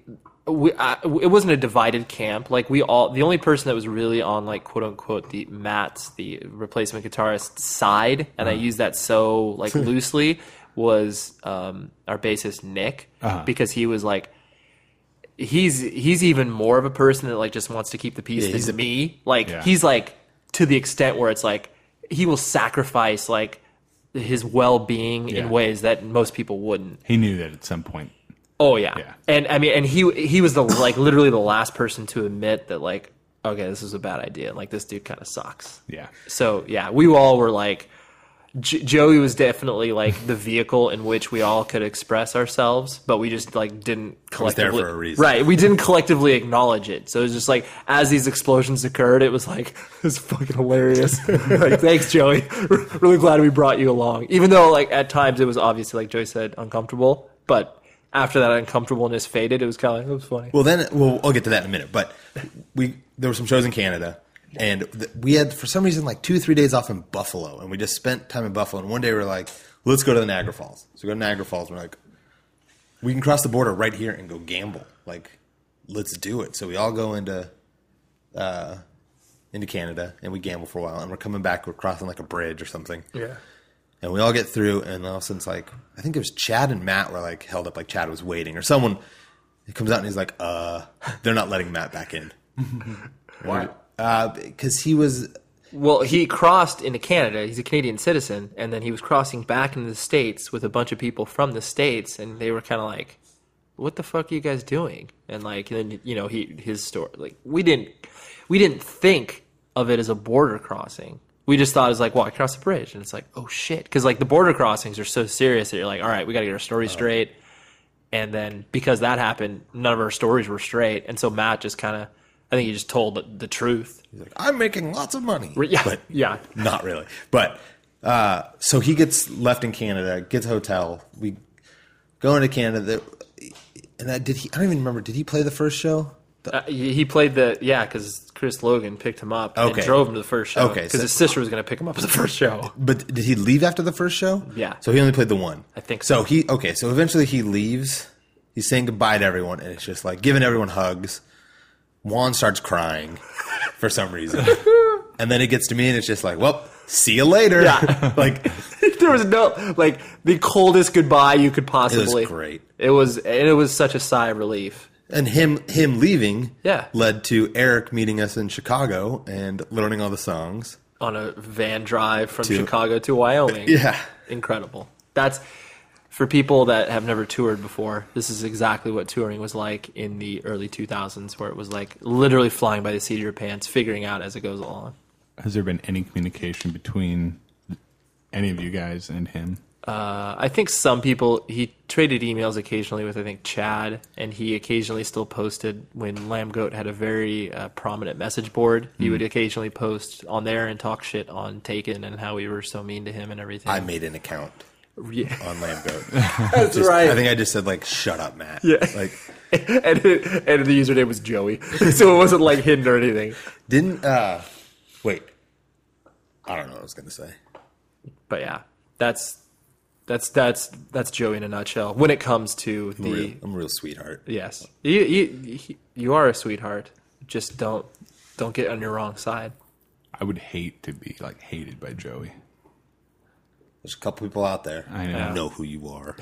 C: we I, it wasn't a divided camp like we all the only person that was really on like quote unquote the Matt's the replacement guitarist side and I
D: Uh-huh.
C: use that so like loosely was um our bassist Nick
D: Uh-huh.
C: because he was like he's he's even more of a person that like just wants to keep the peace
D: Yeah, he's
C: than
D: a-
C: me like
B: Yeah.
C: he's like to the extent where it's like he will sacrifice like his well-being
B: Yeah.
C: in ways that most people wouldn't
B: He knew that at some point.
C: Oh yeah.
B: Yeah.
C: And I mean, and he he was the like literally the last person to admit that like, okay, this is a bad idea. Like this dude kind of sucks.
B: Yeah.
C: So yeah, we all were like, J- Joey was definitely like the vehicle in which we all could express ourselves, but we just like didn't
D: was there
C: collectively.
D: for a reason.
C: Right. We didn't collectively acknowledge it. So it was just like as these explosions occurred, it was like it's fucking hilarious. like thanks, Joey. really glad we brought you along. Even though like at times it was obviously like Joey said uncomfortable, but after that uncomfortableness faded, it was kind of like it was funny.
D: Well, then, well, I'll get to that in a minute. But we there were some shows in Canada, and th- we had for some reason like two, three days off in Buffalo, and we just spent time in Buffalo. And one day we are like, let's go to the Niagara Falls. So we go to Niagara Falls. And we're like, we can cross the border right here and go gamble. Like, let's do it. So we all go into uh, into Canada and we gamble for a while, and we're coming back. We're crossing like a bridge or something.
C: Yeah.
D: And we all get through, and all of a sudden, it's like I think it was Chad and Matt were like held up, like Chad was waiting, or someone. He comes out and he's like, "Uh, they're not letting Matt back in." Why? Because he was
C: Well, he crossed into Canada. He's a Canadian citizen, and then he was crossing back into the states with a bunch of people from the states, and they were kind of like, "What the fuck are you guys doing?" And like, then you know, he his story. Like, we didn't we didn't think of it as a border crossing. We just thought it was like, well, I crossed the bridge, and it's like, oh shit, because like the border crossings are so serious that you're like, all right, we got to get our story straight. And then because that happened, none of our stories were straight, and so Matt just kind of, I think he just told the, the truth.
D: he's like, "I'm making lots of money."
C: Yeah,
D: but
C: yeah.
D: not really. But uh, so he gets left in Canada, gets a hotel. We go into Canada, the- and I, did he? I don't even remember. Did he play the first show?
C: Uh, he he played the yeah because Chris Logan picked him up
D: Okay.
C: and drove him to the first show
D: Okay,
C: because
D: so-
C: his sister was going to pick him up at the first show.
D: But did he leave after the first show?
C: Yeah.
D: So he only played the one.
C: I think
D: so.
C: so.
D: He okay. So eventually he leaves. He's saying goodbye to everyone, and it's just like giving everyone hugs. Juan starts crying for some reason, and then it gets to me, and it's just like, well, see you later.
C: Yeah.
D: like
C: there was no like the coldest goodbye you could possibly.
D: great.
C: It was and it was such a sigh of relief.
D: and him him leaving.
C: Yeah.
D: Led to Eric meeting us in Chicago and learning all the songs.
C: on a van drive from Chicago to Wyoming.
D: Yeah.
C: Incredible. That's for people that have never toured before. This is exactly what touring was like in the early 2000s where it was like literally flying by the seat of your pants, figuring out as it goes along.
B: Has there been any communication between any of you guys and him?
C: Uh, I think some people he traded emails occasionally with I think Chad, and he occasionally still posted when Lamb Goat had a very uh, prominent message board.
D: Hmm.
C: He would occasionally post on there and talk shit on Taken and how we were so mean to him and everything.
D: I made an account
C: Yeah.
D: on Lambgoat. That's
C: right.
D: I think I just said like, shut up, Matt.
C: Yeah.
D: Like.
C: and it, and the username was Joey, so it wasn't like hidden or anything.
D: Didn't uh wait. I don't know what I was gonna say.
C: But yeah, that's that's that's that's Joey in a nutshell. When it comes to the
D: I'm, a real, I'm a real sweetheart.
C: yes, you, you you are a sweetheart. Just don't don't get on your wrong side.
B: I would hate to be like hated by Joey.
D: There's a couple people out there.
B: I know.
D: who know who you are.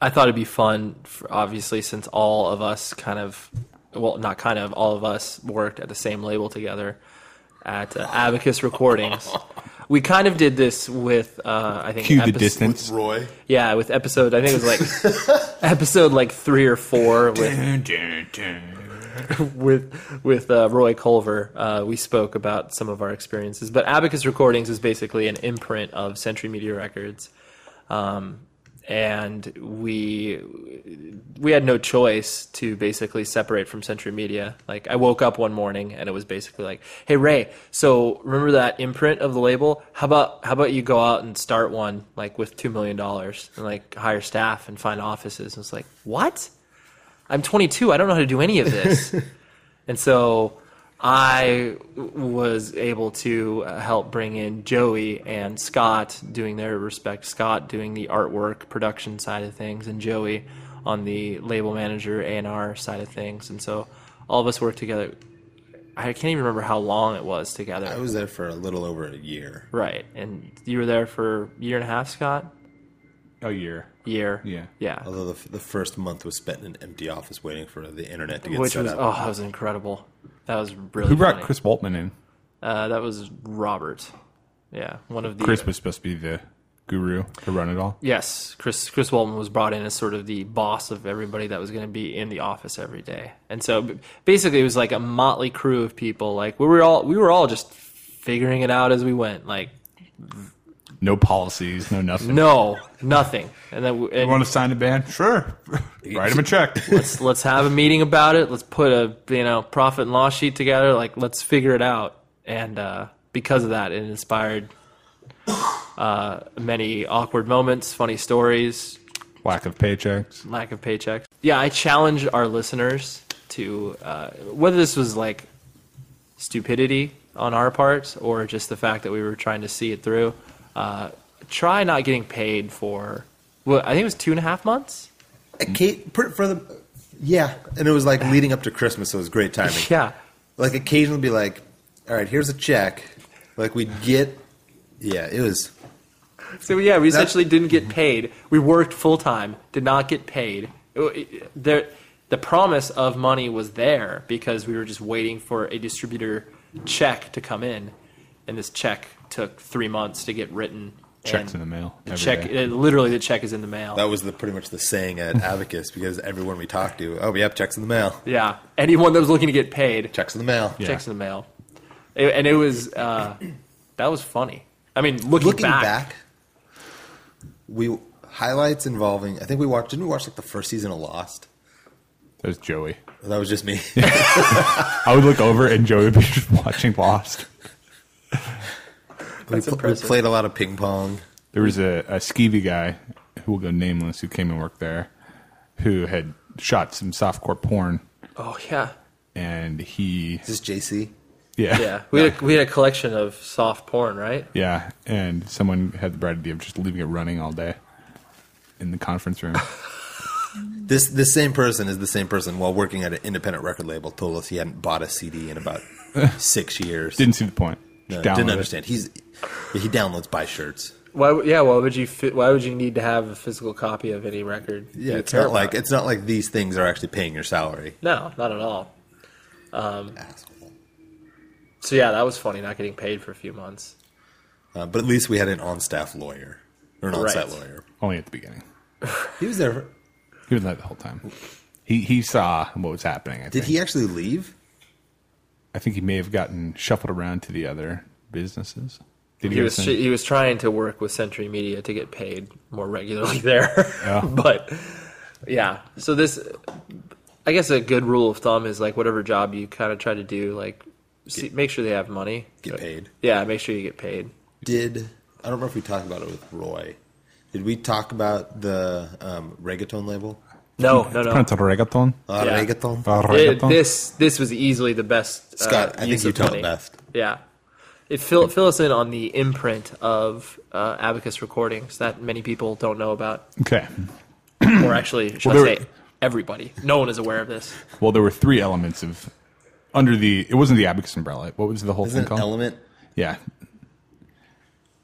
C: I thought it'd be fun, for, obviously, since all of us kind of, well, not kind of, all of us worked at the same label together at uh, Abacus Recordings. We kind of did this with, uh, I think,
B: Cue the
C: episode-
B: distance.
D: Roy.
C: Yeah, with episode, I think it was like episode like three or four with
B: Dun, dun, dun.
C: with with uh, Roy Culver. Uh, we spoke about some of our experiences, but Abacus Recordings is basically an imprint of Century Media Records. Um, and we we had no choice to basically separate from Century Media. Like I woke up one morning and it was basically like, "Hey Ray, so remember that imprint of the label? How about how about you go out and start one like with 2 million dollars and like hire staff and find offices." And it's like, "What? I'm 22. I don't know how to do any of this." and so I was able to uh, help bring in Joey and Scott doing their respect. Scott doing the artwork production side of things, and Joey on the label manager A and R side of things. And so all of us worked together. I can't even remember how long it was together.
D: I was there for a little over a year.
C: right, and you were there for a year and a half, Scott.
B: A year.
C: Year.
B: Yeah.
C: Yeah.
D: Although the, f- the first month was spent in an empty office waiting for the internet to get
C: Which
D: set
C: was
D: up.
C: oh, that was incredible. That was really.
B: Who brought
C: funny.
B: Chris Waltman in?
C: Uh, that was Robert. Yeah, one of the
B: Chris was supposed to be the guru to run it all.
C: Yes, Chris Chris Walton was brought in as sort of the boss of everybody that was going to be in the office every day, and so b- basically it was like a motley crew of people. Like we were all we were all just figuring it out as we went. Like
B: No policies, no nothing.
C: no, nothing, and then we, and
B: You want to sign a band? Sure. Write him a check.
C: let's let's have a meeting about it. Let's put a you know profit and loss sheet together. Like let's figure it out. And uh, because of that, it inspired uh, many awkward moments, funny stories,
B: Lack of paychecks.
C: lack of paychecks. Yeah, I challenged our listeners to uh, whether this was like stupidity on our part or just the fact that we were trying to see it through. Uh, try not getting paid for. Well, I think it was two and a half months.
D: Uh, Kate, per- for the yeah, and it was like leading up to Christmas, so it was great timing.
C: Yeah,
D: Like occasionally, be like, all right, here's a check. Like we'd get, yeah, it was
C: So yeah, we
D: That's-
C: essentially didn't get paid. We worked full time, did not get paid. It- it- There, the promise of money was there because we were just waiting for a distributor check to come in, and this check took three months to get written.
B: Checks in
C: and
B: the mail
C: The
B: every
C: check,
B: day.
C: uh, literally, the check is in the mail.
D: that was the pretty much the saying at Abacus because everyone we talked to, oh, yep, checks in the mail,
C: yeah, anyone that was looking to get paid,
D: checks in the mail.
B: Yeah.
C: checks in the mail, It- and it was uh, that was funny. I mean, looking,
D: Looking back, we highlights involving. I think we watched. Didn't we watch like the first season of Lost?
B: That was Joey.
D: Or that was just me.
B: I would look over and Joey would be just watching Lost.
D: we, pl- we
C: impressive.
D: played a lot of ping pong.
B: There was a, a skeevy guy who will go nameless who came and worked there who had shot some softcore porn
C: oh yeah,
B: and he
D: Is this JC?
B: yeah
C: yeah. We had a, we had a collection of soft porn, right?
B: Yeah, and someone had the bright idea of just leaving it running all day in the conference room.
D: This this same person is the same person while working at an independent record label told us he hadn't bought a CD in about six years.
B: Didn't see the point.
D: No,
B: Just download
D: didn't
B: it.
D: understand. He's he downloads buy shirts.
C: Why? w- Yeah. Why would you? Fi- why would you need to have a physical copy of any record?
D: Yeah,
C: you
D: it's
C: care
D: not like
C: about?
D: it's not like these things are actually paying your salary.
C: No, not at all.
D: Asshole.
C: So yeah, that was funny. Not getting paid for a few months.
D: Uh, but at least we had an on-staff lawyer or an on-site
C: Right.
D: lawyer.
B: Only at the beginning.
D: He was there.
B: He was there the whole time. He he saw what was happening. I
D: Did
B: think.
D: he actually leave?
B: I think he may have gotten shuffled around to the other businesses. Did
C: He
B: get
C: was
B: sent-
C: he was trying to work with Century Media to get paid more regularly there, but yeah. So this, I guess, a good rule of thumb is like whatever job you kind of try to do, like see, make sure they have money.
D: Get paid.
C: Yeah, make sure you get paid.
D: Did I don't know if we talked about it with Roy. Did we talk about the um, reggaeton label?
C: No, no, no.
B: Pronto reggaeton.
D: Uh,
C: Yeah.
D: Reggaeton.
B: Uh,
C: It-
B: reggaeton.
C: this this was easily the best. uh,
D: Scott, I
C: use
D: think you
C: of
D: tell
C: money.
D: it best.
C: Yeah. It fill, fill us in on the imprint of uh, Abacus recordings that many people don't know about,
B: Okay.
C: or actually, should
B: Well,
C: I
B: there-
C: say, everybody. No one is aware of this.
B: Well, there were three elements of under the. It wasn't the abacus umbrella. What was the whole
D: Isn't
B: thing
D: it
B: called?
D: Element?
B: Yeah.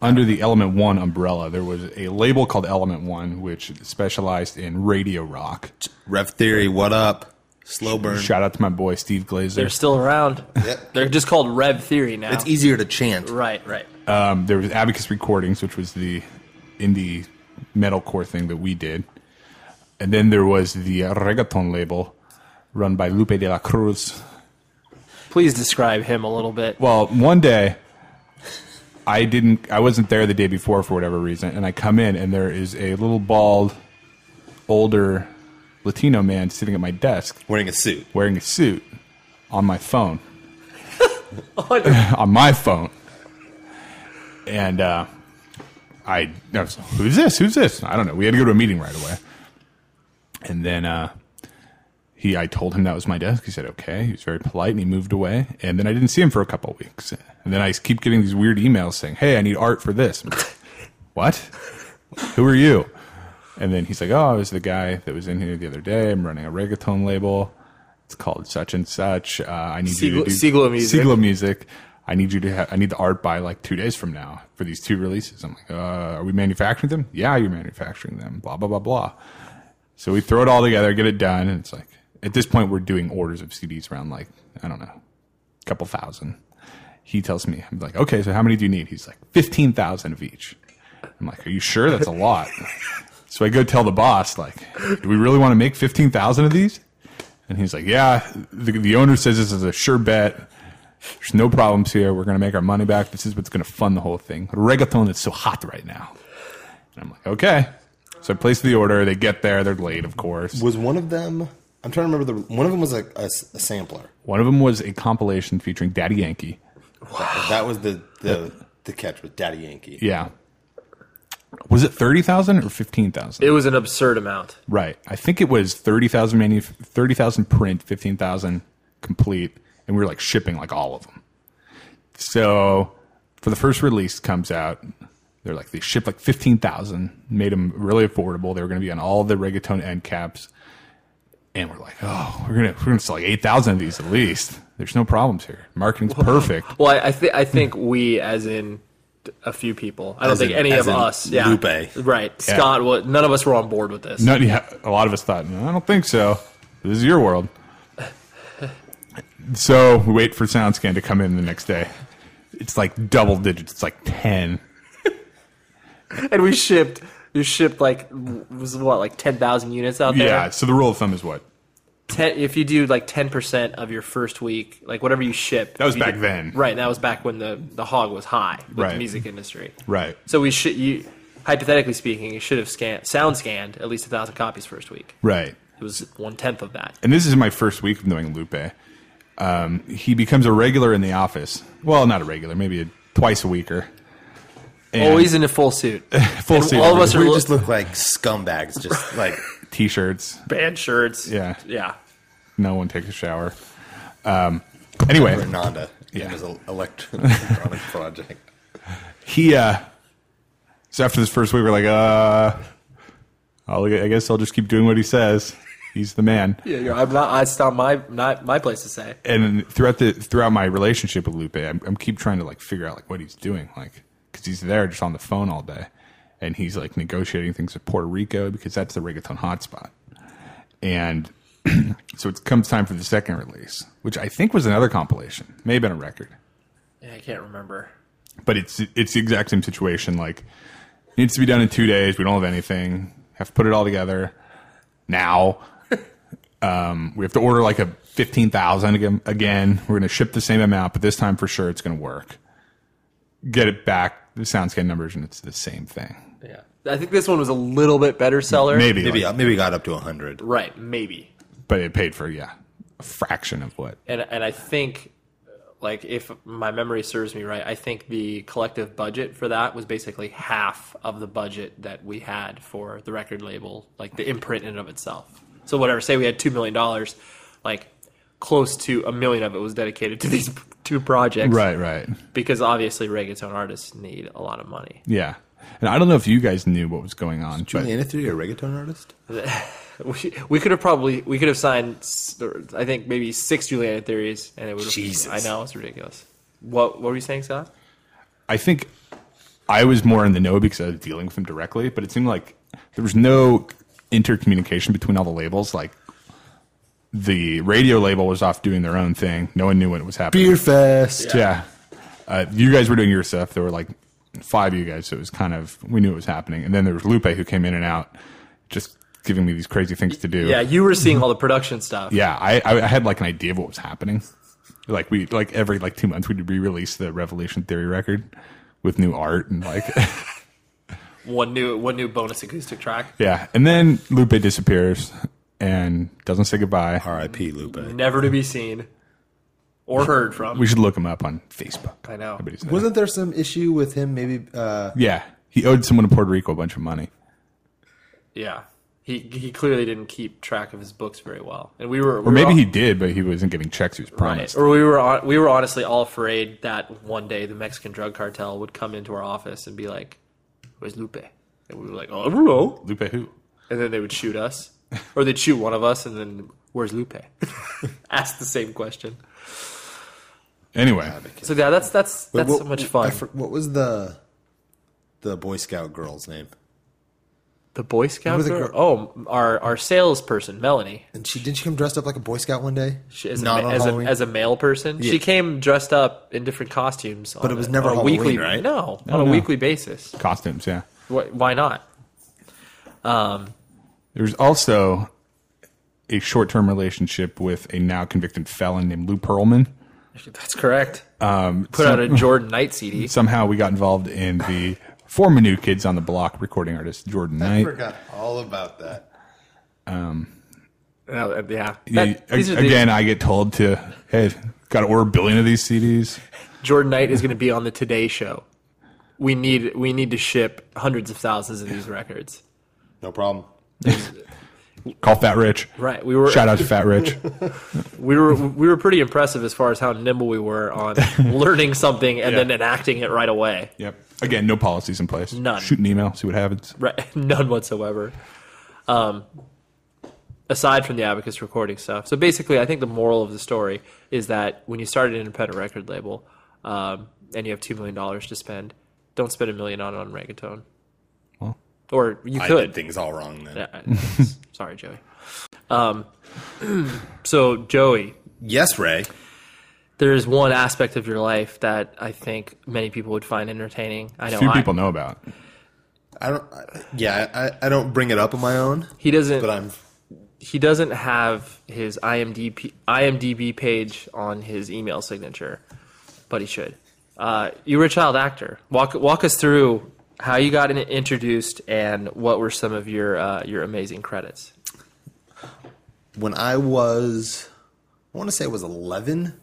B: Under the Element One umbrella, there was a label called Element One, which specialized in radio rock.
D: Rev Theory, what up? Slow burn.
B: Shout out to my boy Steve Glazer.
C: They're still around.
D: Yep.
C: They're just called Rev Theory now.
D: It's e- easier to chant.
C: Right, right.
B: Um, there was Abacus Recordings, which was the indie metalcore thing that we did, and then there was the uh, reggaeton label run by Lupe de la Cruz.
C: Please describe him a little bit.
B: Well, one day I didn't. I wasn't there the day before for whatever reason, and I come in and there is a little bald, older Latino man sitting at my desk
D: Wearing a suit.
B: wearing a suit on my phone,
C: Oh,
B: on my phone, and uh, I, I was, who's this? Who's this? I don't know. We had to go to a meeting right away, and then uh, he, I told him that was my desk. He said okay. He was very polite, and he moved away. And then I didn't see him for a couple of weeks, and then I keep getting these weird emails saying, "Hey, I need art for this." I'm like, what? Who are you? And then he's like, "Oh, I was the guy that was in here the other day. I'm running a reggaeton label. It's called such and such. Uh, I need you
C: Siglo-
B: to do
C: Siglo Music.
B: Siglo music. I need you to. Ha- I need the art by like two days from now for these two releases. I'm like, uh, are we manufacturing them? Yeah, you're manufacturing them. Blah blah blah blah. So we throw it all together, get it done, and it's like at this point we're doing orders of CDs around like I don't know, a couple thousand. He tells me, I'm like, okay, so how many do you need? He's like, fifteen thousand of each. I'm like, are you sure? That's a lot. so I go tell the boss, like, do we really want to make fifteen thousand of these? And he's like, yeah. The, the owner says this is a sure bet. There's no problems here. We're gonna make our money back. This is what's gonna fund the whole thing. Reggaeton is so hot right now. And I'm like, okay. So I place the order. They get there. They're late, of course.
D: Was one of them? I'm trying to remember the. One of them was a, a s- a sampler.
B: One of them was a compilation featuring Daddy Yankee.
D: That was the the the catch with Daddy Yankee.
B: Yeah. Was it 30,000 or 15,000?
C: it was an absurd amount.
B: Right. I think it was 30,000 manu- 30,000 print, 15,000 complete, and we were like shipping like all of them. So for the first release comes out, they're like they shipped like 15,000, made them really affordable. They were going to be on all the reggaeton end caps. And we're like, "Oh, we're going to we're going to sell like 8,000 of these at least. There's no problems here. Marketing's perfect."
C: Well, I, I think I think we, as in a few people, I don't
D: Hmm. As
C: think
D: in-
C: any
D: as
C: of
D: in
C: us, yeah,
D: Lupe.
C: right? Scott, what? None of us were on board with this.
B: None, yeah, a lot of us thought, no, I don't think so. This is your world. so we wait for SoundScan to come in the next day. It's like double digits. It's like 10.
C: And we shipped, we shipped like w- was what like ten thousand units out there.
B: Yeah, so the rule of thumb is what?
C: Ten, if you do like ten percent of your first week, like whatever you ship,
B: That was
C: you
B: back
C: did-
B: then.
C: right? That was back when the the hog was high with
B: Right.
C: the music industry.
B: Right.
C: So we should you. Hypothetically speaking, you should have scanned, sound scanned at least a thousand copies first week.
B: Right.
C: It was one tenth of that.
B: and this is my first week of knowing Lupe. Um, he becomes a regular in the office. Well, not a regular, maybe a, twice a weeker. And
C: Always in a full suit,
B: full suit,
C: all of us are
D: We
C: lo-
D: just look like scumbags, just like
B: t-shirts.
C: band shirts.
B: Yeah,
C: yeah.
B: no one takes a shower. Um, anyway,
D: Renanda
B: Yeah.
D: in his el- electronic project.
B: he uh so after this first week we're like uh I'll, i guess i'll just keep doing what he says he's the man
C: Yeah, you're, I'm not. It's not my not my place to say.
B: and throughout the throughout my relationship with lupe i'm, I'm keep trying to like figure out like what he's doing like because he's there just on the phone all day and he's like negotiating things with puerto rico because that's the reggaeton hotspot and so it comes time for the second release which i think was another compilation may have been a record
C: Yeah, I can't remember.
B: but it's it's the exact same situation. Like it needs to be done in two days. We don't have anything. Have to put it all together now. um, we have to order like a fifteen thousand again. Again, we're going to ship the same amount, but this time for sure it's going to work. Get it back. The SoundScan numbers, and it's the same thing.
C: Yeah, I think this one was a little bit better seller.
B: Maybe,
D: Maybe
B: like-
D: maybe got up to hundred.
C: Right, maybe.
B: but it paid for yeah a fraction of what.
C: And and I think, like, if my memory serves me right, I think the collective budget for that was basically half of the budget that we had for the record label, like the imprint in and of itself. So whatever, say we had two million dollars, like close to a million of it was dedicated to these two projects,
B: Right, right.
C: Because obviously, reggaeton artists need a lot of money.
B: Yeah. And I don't know if you guys knew what was going on. but-
D: Julian Anthony, a reggaeton artist.
C: We, we could have probably we could have signed s- or I think maybe six Juliana theories and it would have
D: Jesus.
C: I know it's ridiculous. What what were you saying, Scott?
B: I think I was more in the know because I was dealing with him directly, but it seemed like there was no intercommunication between all the labels. Like the radio label was off doing their own thing. No one knew what was happening.
D: fest.
B: Yeah. Uh, you guys were doing your stuff. There were like five of you guys, so it was kind of we knew it was happening. And then there was Lupe who came in and out, just giving me these crazy things to do.
C: Yeah, you were seeing all the production stuff.
B: Yeah, I, I I had like an idea of what was happening. Like we like every like two months we'd re-release the Revelation Theory record, with new art and like
C: One new one new bonus acoustic track.
B: yeah. And then Lupe disappears and doesn't say goodbye.
D: R.I.P. Lupe.
C: Never to be seen or heard from.
B: We should look him up on Facebook.
C: I know.
B: Everybody's there.
D: Wasn't there some issue with him? Maybe uh,
B: yeah, he owed someone in Puerto Rico a bunch of money.
C: Yeah. He he clearly didn't keep track of his books very well. And we were
B: Or maybe he did, but he wasn't getting checks he was promised.
C: Or we were on, we were honestly all afraid that one day the Mexican drug cartel would come into our office and be like, "Where's Lupe?" And we were like, "Oh, I don't know."
B: Lupe who?
C: And then they would shoot us, or they'd shoot one of us, and then where's Lupe? Ask the same question.
B: Anyway,
C: So yeah, that's that's
D: Wait,
C: that's
D: what-
C: so much
D: I
C: fun.
D: for- what was the the Boy Scout girl's name?
C: the Boy Scout
D: was the
C: girl.
D: girl-
C: Oh, our our salesperson Melanie,
D: And she didn't she come dressed up like a Boy Scout one day?
C: she, as, a,
D: Not
C: ma-
D: on
C: as, a,
D: Halloween?
C: as a male person, she came dressed up in different costumes. But
D: it was never
C: on a
D: Halloween,
C: weekly,
D: right?
C: No, on a
B: no.
C: weekly basis.
B: costumes. Yeah.
C: Why, why not? Um,
B: There's also a short-term relationship with a now convicted felon named Lou Pearlman.
C: That's correct.
B: Um,
C: Put out a Jordan Knight CD.
B: Somehow we got involved in the former New Kids on the Block recording artist Jordan Knight.
D: forgot all about that.
C: Uh, yeah.
B: Yeah,
C: That-
B: ag-
C: these are the-
B: again, I get told to, hey, got to order a billion of these CDs.
C: Jordan Knight is going to be on the Today Show. We need we need to ship hundreds of thousands of these records.
D: No problem.
B: Call Fat Rich.
C: Right. We were
B: Shout out to Fat Rich.
C: we were we were pretty impressive as far as how nimble we were on learning something and
B: Yeah.
C: then enacting it right away.
B: yep. Again, no policies in place.
C: None.
B: Shoot an email, see what happens.
C: Right. None whatsoever. Um, aside from the Abacus recording stuff. So basically, I think the moral of the story is that when you start an independent record label um, and you have $2 million to spend, don't spend a million on, on reggaeton.
B: Well.
C: or you
D: I
C: could.
D: did things all wrong then.
C: Yeah, I- Sorry, Joey. Um, so, Joey,
D: Yes, Ray.
C: there is one aspect of your life that I think many people would find entertaining. I know
B: Few
C: I-
B: people know about.
D: I don't. I, yeah, I, I don't bring it up on my own,
C: he doesn't.
D: but I'm.
C: he doesn't have his IMDb IMDb page on his email signature, but he should. Uh, you were a child actor. Walk walk us through how you got in, introduced and what were some of your uh, your amazing credits.
D: when I was, I want to say I was 11,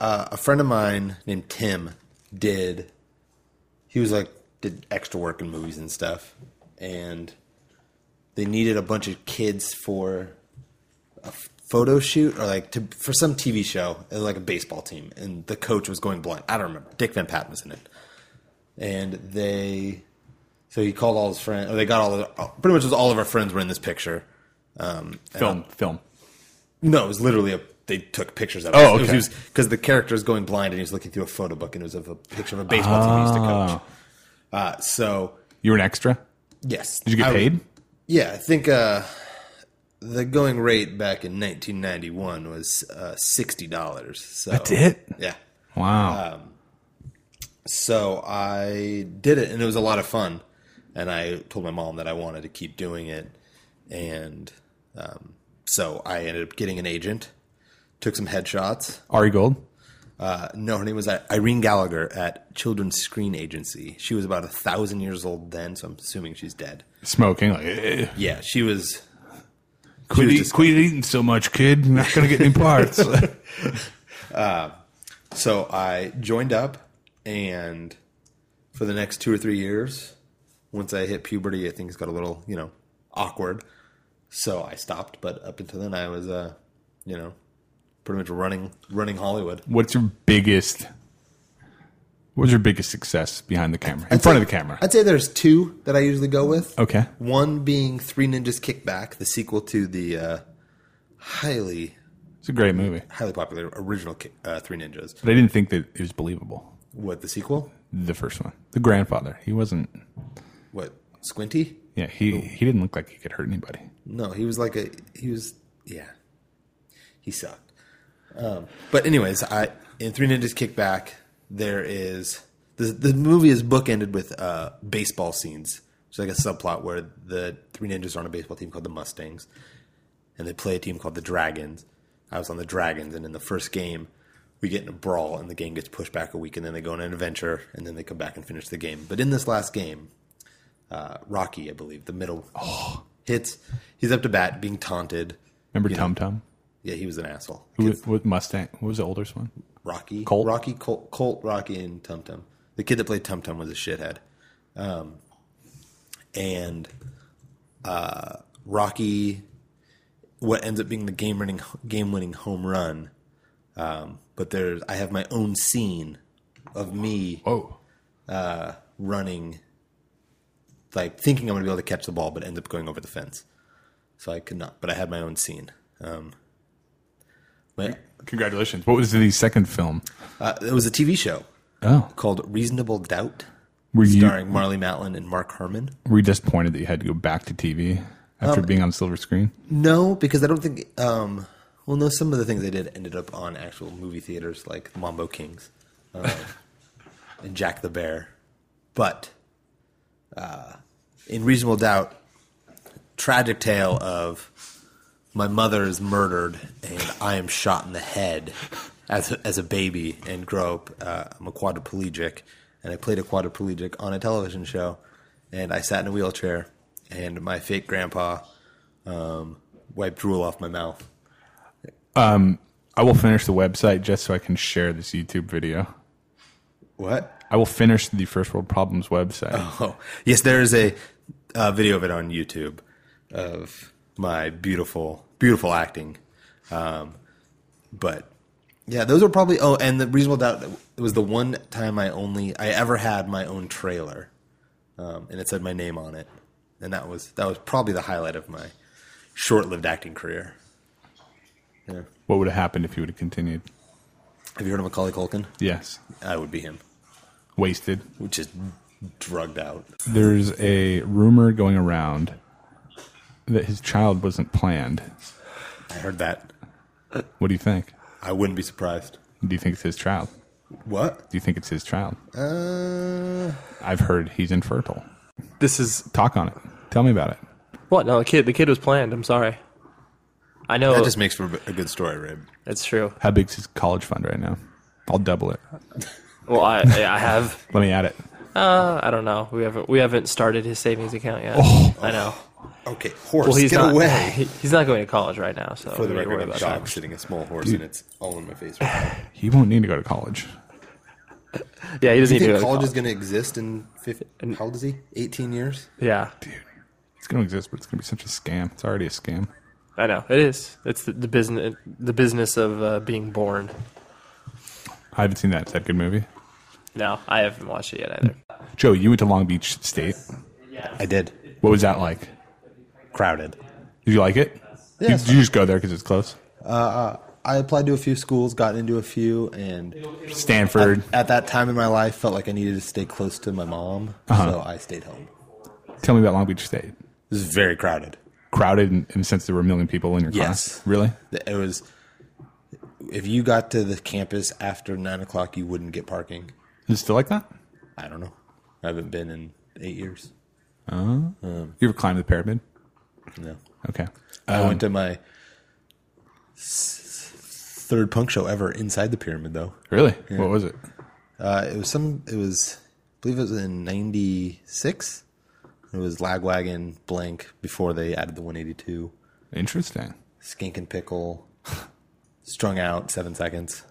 D: uh, a friend of mine named Tim did, he was like, did extra work in movies and stuff. And they needed a bunch of kids for a photo shoot or like to, for some TV show, it was like a baseball team. And the coach was going blind. I don't remember. Dick Van Patten was in it. And they, so he called all his friends, or they got all the, pretty much it was all of our friends were in this picture. Um, and
B: Film, film.
D: no, it was literally a. They took pictures of.
B: Oh,
D: it.
B: okay.
D: Because the character is going blind, and he was looking through a photo book, and it was of a picture of a baseball team he used to
B: Ah.
D: coach. Uh, so
B: You were an extra?
D: yes,
B: Did you get paid?
D: Yeah, I think uh, the going rate back in 1991 was uh, sixty dollars. So that's Uh,
B: it?
D: Yeah.
B: Wow.
D: So I did it, and it was a lot of fun. And I told my mom that I wanted to keep doing it, and um, so I ended up getting an agent, took some headshots.
B: Ari Gold?
D: No, her name was uh, Irene Gallagher at Children's Screen Agency. She was about a thousand years old then, so I'm assuming she's dead.
B: Smoking. Like, eh,
D: Yeah, she was.
B: quit,
D: was
B: eat-
D: just-
B: quit eating so much, kid. You're not going to get any parts.
D: So I joined up, and for the next two or three years, once I hit puberty, I think it's got a little, you know, awkward. So I stopped, but up until then, I was, uh, you know, pretty much running, running Hollywood.
B: What's your biggest. What was your biggest success behind the camera? In front of the camera.
D: I'd say there's two that I usually go with.
B: Okay.
D: One being Three Ninjas Kickback, the sequel to the uh, highly
B: It's a great movie.
D: highly popular original ki- uh, Three Ninjas.
B: But I didn't think that it was believable.
D: What the sequel?
B: The first one. The grandfather. He wasn't.
D: What Squinty?
B: Yeah, he, he didn't look like he could hurt anybody.
D: No, he was like a he was yeah, he sucked. Um, but anyways, I in Three Ninjas Kickback there is the the movie is bookended with uh, baseball scenes. It's like a subplot where the three ninjas are on a baseball team called the Mustangs, and they play a team called the Dragons. I was on the Dragons, and in the first game, we get in a brawl and the game gets pushed back a week and then they go on an adventure and then they come back and finish the game. But in this last game, uh, Rocky, I believe, the middle hits. He's up to bat, being taunted.
B: Remember Tum Tum?
D: Yeah, he was an asshole.
B: Who was- with Mustang? What was the oldest one?
D: Rocky,
B: Colt?
D: Rocky, Colt, Colt, Rocky, and Tum Tum. The kid that played Tum Tum was a shithead. Um, and uh, Rocky, what ends up being the game winning game winning home run. Um, but there's I have my own scene of me
B: Oh,
D: running, like thinking I'm going to be able to catch the ball, but ends up going over the fence. So I could not, but I had my own scene. Um, but
B: congratulations! What was the second film?
D: uh, it was a TV show.
B: Oh,
D: called Reasonable Doubt,
B: were you
D: starring Marley Matlin and Mark Harmon.
B: were you disappointed that you had to go back to TV after being on silver screen?
D: No, because I don't think. Um, well, no, some of the things they did ended up on actual movie theaters like Mambo Kings uh, and Jack the Bear. But uh, in Reasonable Doubt, tragic tale of my mother is murdered and I am shot in the head as a, as a baby and grow up. Uh, I'm a quadriplegic, and I played a quadriplegic on a television show, and I sat in a wheelchair, and my fake grandpa um, wiped drool off my mouth.
B: I will finish the website just so I can share this YouTube video.
D: What?
B: I will finish the First World Problems website.
D: Oh, yes, there is a uh, video of it on YouTube of my beautiful, beautiful acting. Um, but yeah, those were probably. Oh, and the reasonable doubt it was the one time I only I ever had my own trailer, um, and it said my name on it, and that was that was probably the highlight of my short-lived acting career. Yeah.
B: What would have happened if you would have continued?
D: Have you heard of Macaulay Culkin?
B: Yes,
D: I would be him,
B: wasted.
D: which is drugged out.
B: There's a rumor going around that his child wasn't planned.
D: I heard that.
B: What do you think?
D: I wouldn't be surprised.
B: Do you think it's his child?
D: What?
B: Do you think it's his child?
D: Uh,
B: I've heard he's infertile.
C: This is
B: Talk on it. Tell me about it.
C: what? No, the kid. The kid was planned. I'm sorry. I know
D: that just makes for a good story, Rib.
C: it's true.
B: How big's his college fund right now? I'll double it.
C: Well, I I have.
B: Let me add it.
C: Uh, I don't know. We haven't we haven't started his savings account yet. I know.
D: Okay, horse,
C: Well, he's
D: get
C: not.
D: away.
C: he- he's not going to college right now. So
D: For
C: we
D: the
C: don't
D: record,
C: worry
D: I'm
C: about
D: shy.
C: that.
D: I'm sitting a small horse, and it's all in my face. Right now.
B: He won't need to go to college.
C: Yeah, he doesn't
D: Do you
C: need to go to
D: think college
C: college.
D: is going to exist in 15, how old is he? 18 years?
C: Yeah,
B: It's going to exist, but it's going to be such a scam. It's already a scam.
C: I know it is. It's the, the business the business of uh, being born.
B: I haven't seen that. Is that a good movie?
C: No, I haven't watched it yet either.
B: Joe, you went to Long Beach State.
D: I did.
B: What was that like?
D: Crowded.
B: Did you like it? Did-
D: Yes.
B: Did you just go there because it's close?
D: I applied to a few schools, got into a few, and
B: Stanford.
D: at that time in my life, felt like I needed to stay close to my mom, so I stayed home.
B: Tell me about Long Beach State.
D: It was very crowded.
B: Crowded in, in the sense there were a million people in your
D: Yes.
B: class. Really?
D: It was, if you got to the campus after 9 o'clock, you wouldn't get parking.
B: Is it still like that?
D: I don't know. I haven't been in eight years.
B: You ever climbed the pyramid?
D: No.
B: Okay.
D: I went to my s- third punk show ever inside the pyramid, though.
B: Really? What was it?
D: Uh, it was some. It was, I believe, it was in '96. It was Lagwagon, Blank before they added the 182,
B: Interesting.
D: Skink and Pickle, Strung Out, Seven Seconds.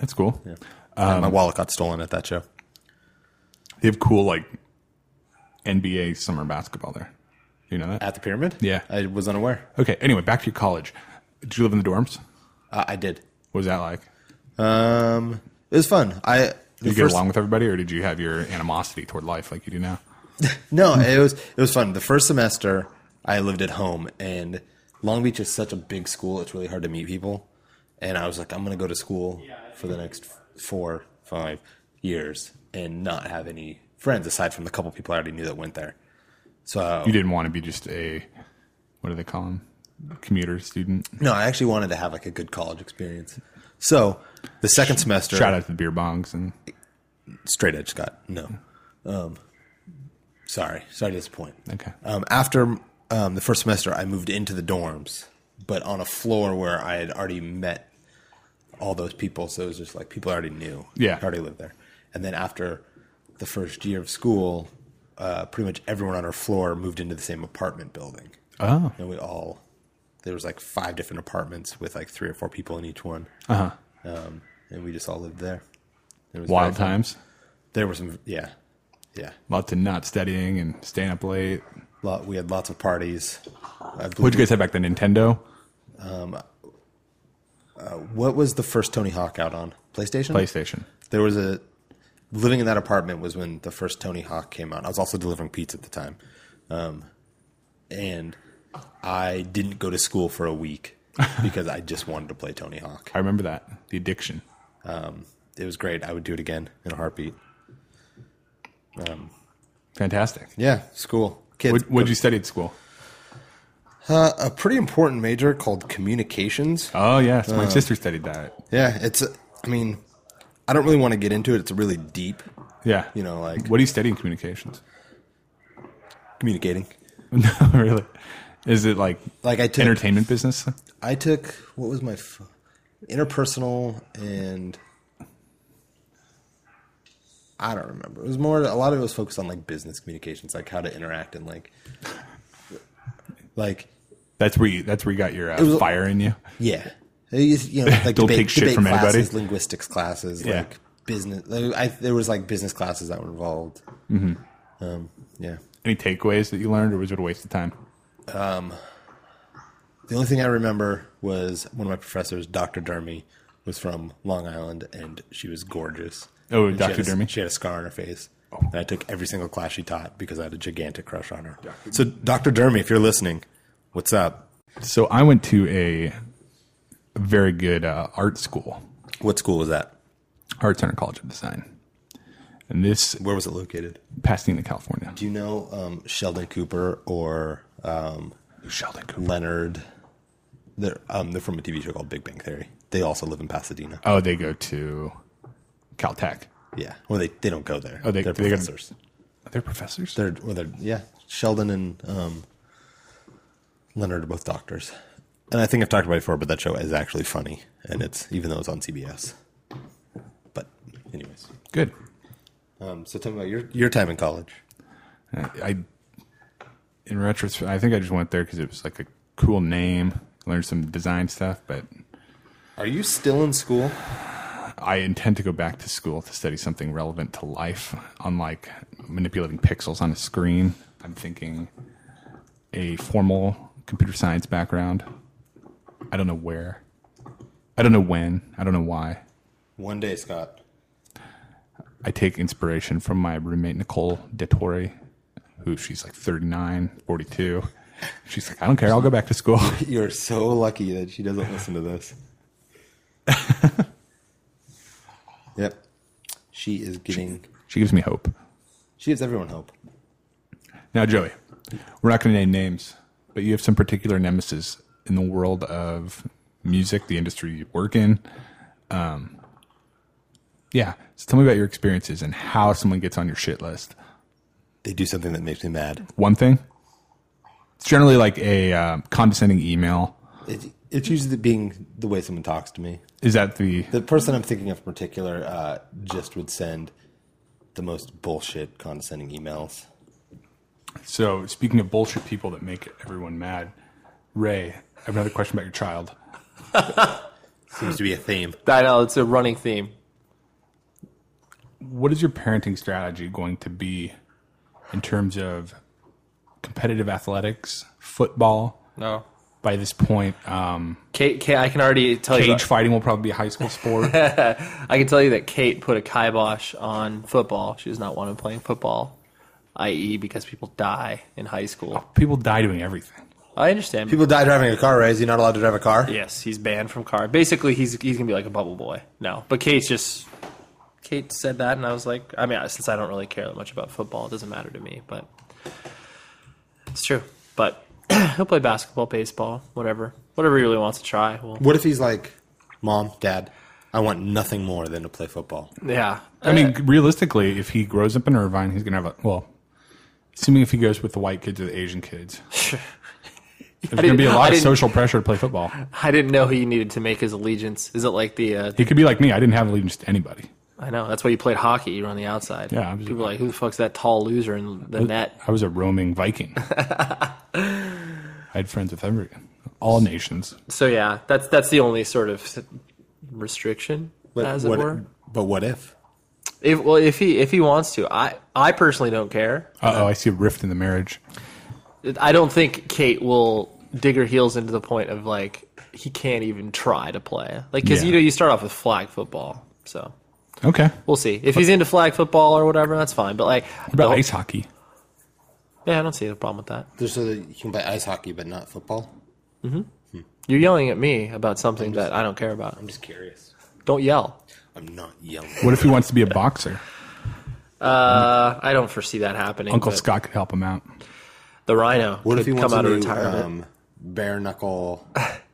B: That's cool.
D: Uh, my wallet got stolen at that show.
B: They have cool like NBA summer basketball there. You know that?
D: At the pyramid?
B: Yeah.
D: I was unaware.
B: Okay. Anyway, back to your college. Did you live in the dorms?
D: Uh, I did.
B: What was that like?
D: Um, it was fun. I
B: Did you get along with everybody, or did you have your animosity toward life like you do now?
D: No, it was it was fun. The first semester, I lived at home, and Long Beach is such a big school; it's really hard to meet people. And I was like, I'm gonna go to school for the next four, five years, and not have any friends aside from the couple people I already knew that went there. So
B: You didn't want to be just a what do they call them? Commuter student.
D: no, I actually wanted to have like a good college experience. So the second semester,
B: Shout out to the beer bongs and
D: straight edge Scott. No, um, sorry, sorry to disappoint.
B: okay.
D: Um, after um, the first semester, I moved into the dorms, but on a floor where I had already met all those people. So it was just like people I already knew.
B: Yeah.
D: I already lived there. And then after the first year of school, uh, pretty much everyone on our floor moved into the same apartment building.
B: Oh,
D: And we all, there was like five different apartments with like three or four people in each one.
B: uh-huh.
D: Um, and we just all lived there. It was
B: wild
D: very fun.
B: times.
D: There were some, yeah. Yeah.
B: Lots of not studying and staying up late.
D: Lot, we had lots of parties. I believe-
B: What'd you guys have back then? Nintendo,
D: what was the first Tony Hawk out on? PlayStation?
B: PlayStation.
D: there was a living in that apartment was when the first Tony Hawk came out. I was also delivering pizza at the time, um, and I didn't go to school for a week because I just wanted to play Tony Hawk.
B: I remember that. The addiction.
D: It was great. I would do it again in a heartbeat.
B: Fantastic.
D: Yeah, school kids.
B: What, what'd you study at school?
D: a pretty important major called communications.
B: Oh, yes. My sister studied that.
D: Yeah, it's. a- I mean, I don't really want to get into it. It's really deep.
B: Yeah.
D: You know, like
B: what do you study in communications?
D: communicating.
B: no, really. Is it like
D: Like I took
B: entertainment business?
D: I took what was my f- interpersonal and I don't remember. It was more a lot of it was focused on like business communications, like how to interact and like like
B: That's where you. That's where you got your uh,
D: was-
B: fire in you.
D: yeah. You you know, like
B: Don't
D: debate,
B: take shit
D: debate
B: from
D: classes,
B: anybody.
D: linguistics classes,
B: Yeah.
D: like business. Like I, there was like business classes that were involved. Mm-hmm. Um, yeah.
B: Any takeaways that you learned, or was it a waste of time?
D: The only thing I remember was one of my professors, Dr. Dermy, was from Long Island and she was gorgeous.
B: Oh,
D: And
B: Dr.
D: She had, a,
B: Dermy? Oh.
D: she had a scar on her face. And I took every single class she taught because I had a gigantic crush on her. So, Dr. Dermy, if you're listening, what's up?
B: So I went to a very good uh, art school,
D: What school was that?
B: Art Center College of Design, and this
D: Where was it located?
B: Pasadena, California.
D: Do you know um, Sheldon Cooper or um,
B: Sheldon Cooper.
D: Leonard? They're, um, they're from a TV show called Big Bang Theory. They also live in Pasadena.
B: Oh, they go to Caltech.
D: Yeah. Well, they, they don't go there.
B: Oh, they- they go
D: are
B: to-
D: professors.
B: Are they professors?
D: They're, well, they're yeah. Sheldon and um, Leonard are both doctors, and I think I've talked about it before, but that show is actually funny, and it's even though it's on CBS. But, anyways,
B: good.
D: um, so tell me about your your time in college.
B: I, I in retrospect, I think I just went there because it was like a cool name. Learned some design stuff, but
D: Are you still in school?
B: I intend to go back to school to study something relevant to life, unlike manipulating pixels on a screen. I'm thinking a formal computer science background. I don't know where. I don't know when. I don't know why.
D: One day, Scott.
B: I take inspiration from my roommate Nicole DeTore, who she's like 39, 42. She's like, I don't care. I'll go back to school.
D: You're so lucky that she doesn't listen to this. yep, she is getting.
B: She gives me hope.
D: She gives everyone hope.
B: Now, Joey, we're not going to name names, but you have some particular nemesis in the world of music, the industry you work in. Um, yeah. So tell me about your experiences and how someone gets on your shit list.
D: They do something that makes me mad.
B: One thing, it's generally like a um, condescending email.
D: It, it's usually being the way someone talks to me.
B: Is that the.
D: The person I'm thinking of in particular uh, just would send the most bullshit condescending emails.
B: So speaking of bullshit people that make everyone mad, Ray, I have another question about your child.
D: Seems to be a theme.
C: I know it's a running theme.
B: what is your parenting strategy going to be in terms of competitive athletics, football?
C: No.
B: By this point, um,
C: Kate, Kate, I can already tell you.
B: cage fighting will probably be a high school sport.
C: I can tell you that Kate put a kibosh on football. She does not want to playing football, i.e., because people die in high school.
B: People die doing everything.
C: I understand.
D: People die driving a car, right? Is he not allowed to drive a car?
C: yes, he's banned from car. Basically, he's he's gonna be like a bubble boy. No, but Kate's just Kate said that, and I was like, I mean, since I don't really care that much about football, it doesn't matter to me. But it's true. But he'll play basketball, baseball, whatever, whatever he really wants to try. Well,
D: What if he's like, Mom, Dad, I want nothing more than to play football?
C: yeah.
B: I mean, realistically, if he grows up in Irvine, he's gonna have a well. Assuming if he goes with the white kids or the Asian kids, There's going to be a
C: didn't- I
B: lot of
C: didn't-
B: social pressure to play football.
C: I didn't know he needed to make his allegiance. Is it like the? Uh,
B: He could be like me. I didn't have allegiance to anybody.
C: I know that's why you played hockey. You were on the outside.
B: Yeah, I was-
C: people are like, who the fuck's that tall loser in the net?
B: I was a roaming Viking. I had friends with every, all nations.
C: So yeah, that's that's the only sort of restriction,
D: But
C: as
D: what,
C: it were.
D: But what if?
C: If, well, if he if he wants to, I I personally don't care.
B: Uh oh, I see a rift in the marriage.
C: I don't think Kate will dig her heels into the point of like he can't even try to play. Like because
B: Yeah.
C: you know you start off with flag football, so
B: Okay.
C: we'll see if he's into flag football or whatever. That's fine. But like,
B: What about
C: the-
B: ice hockey?
C: yeah, I don't see a problem with that.
D: Just so that you can play ice hockey, but not football.
C: You're yelling at me about something that I don't care about.
D: I'm just curious.
C: Don't yell.
D: I'm not yelling.
B: What if he wants to be a boxer?
C: Uh, I don't foresee that happening.
B: Uncle
C: but
B: Scott could help him out.
C: the Rhino
D: What
C: could
D: if he
C: come
D: wants
C: out
D: to
C: of
D: do
C: retirement.
D: um, bare knuckle,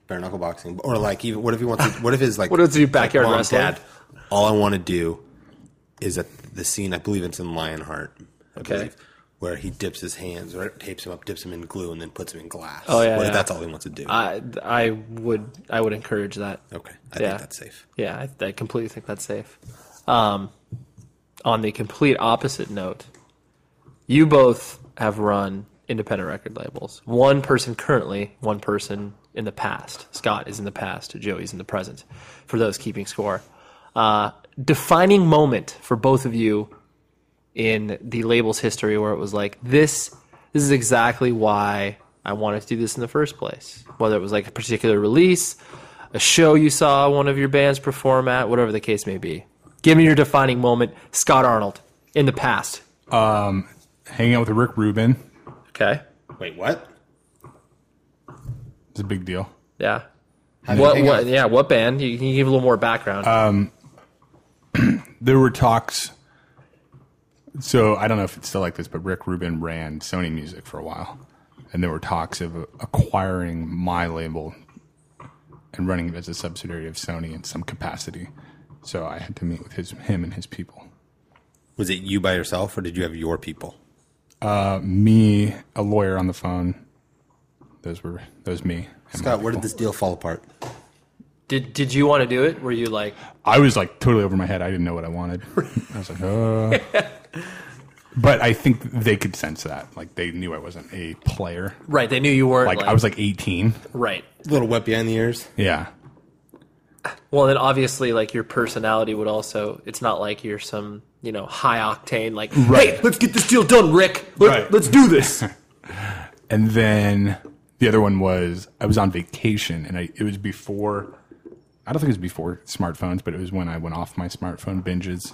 D: bare knuckle boxing, or like even what if he wants? To, what if his like
C: What if it's your backyard
D: mom,
C: wrestling?
D: dad? All I want to do is at the scene. I believe it's in Lionheart. I
C: Okay.
D: believe, where he dips his hands or tapes him up, dips him in glue, and then puts him in glass.
C: Oh, yeah,
D: What if
C: yeah.
D: that's all he wants to do?
C: I I would I would encourage that.
D: okay, I
C: yeah.
D: think that's safe.
C: Yeah, I, I completely think that's safe. Um, on the complete opposite note, you both have run independent record labels. One person currently, one person in the past. Scott is in the past, Joey's in the present, for those keeping score. Uh, defining moment for both of you in the label's history where it was like, this, this is exactly why I wanted to do this in the first place. Whether it was like a particular release, a show you saw one of your bands perform at, whatever the case may be. Give me your defining moment, Scott Arnold, in the past.
B: Hanging out with Rick Rubin
C: Okay.
D: Wait, what?
B: is a big deal.
C: Yeah.
D: do you
C: What?
D: hang
C: What?
D: out?
C: Yeah. What band? You can you give a little more background.
B: There were talks. So I don't know if it's still like this, but Rick Rubin ran Sony Music for a while, and there were talks of acquiring my label and running it as a subsidiary of Sony in some capacity. So I had to meet with his him and his people.
D: Was it you by yourself, or did you have your people?
B: Me, a lawyer on the phone. Those were those me. and my
D: Scott, where
B: people.
D: did this deal fall apart?
C: did Did you want to do it? Were you like?
B: I was like totally over my head. I didn't know what I wanted. I was like, uh. but I think they could sense that. Like they knew I wasn't a player.
C: Right. They knew you weren't.
B: Like,
C: Like,
B: I was like 18.
C: Right.
D: little wet behind the ears.
B: Yeah.
C: Well, then obviously, like your personality would also. It's not like you're some you know high octane like. Hey,
B: Right.
C: let's get this deal done, Rick. Let,
B: Right.
C: Let's do this.
B: And then the other one was I was on vacation and I, it was before, I don't think it was before smartphones, but it was when I went off my smartphone binges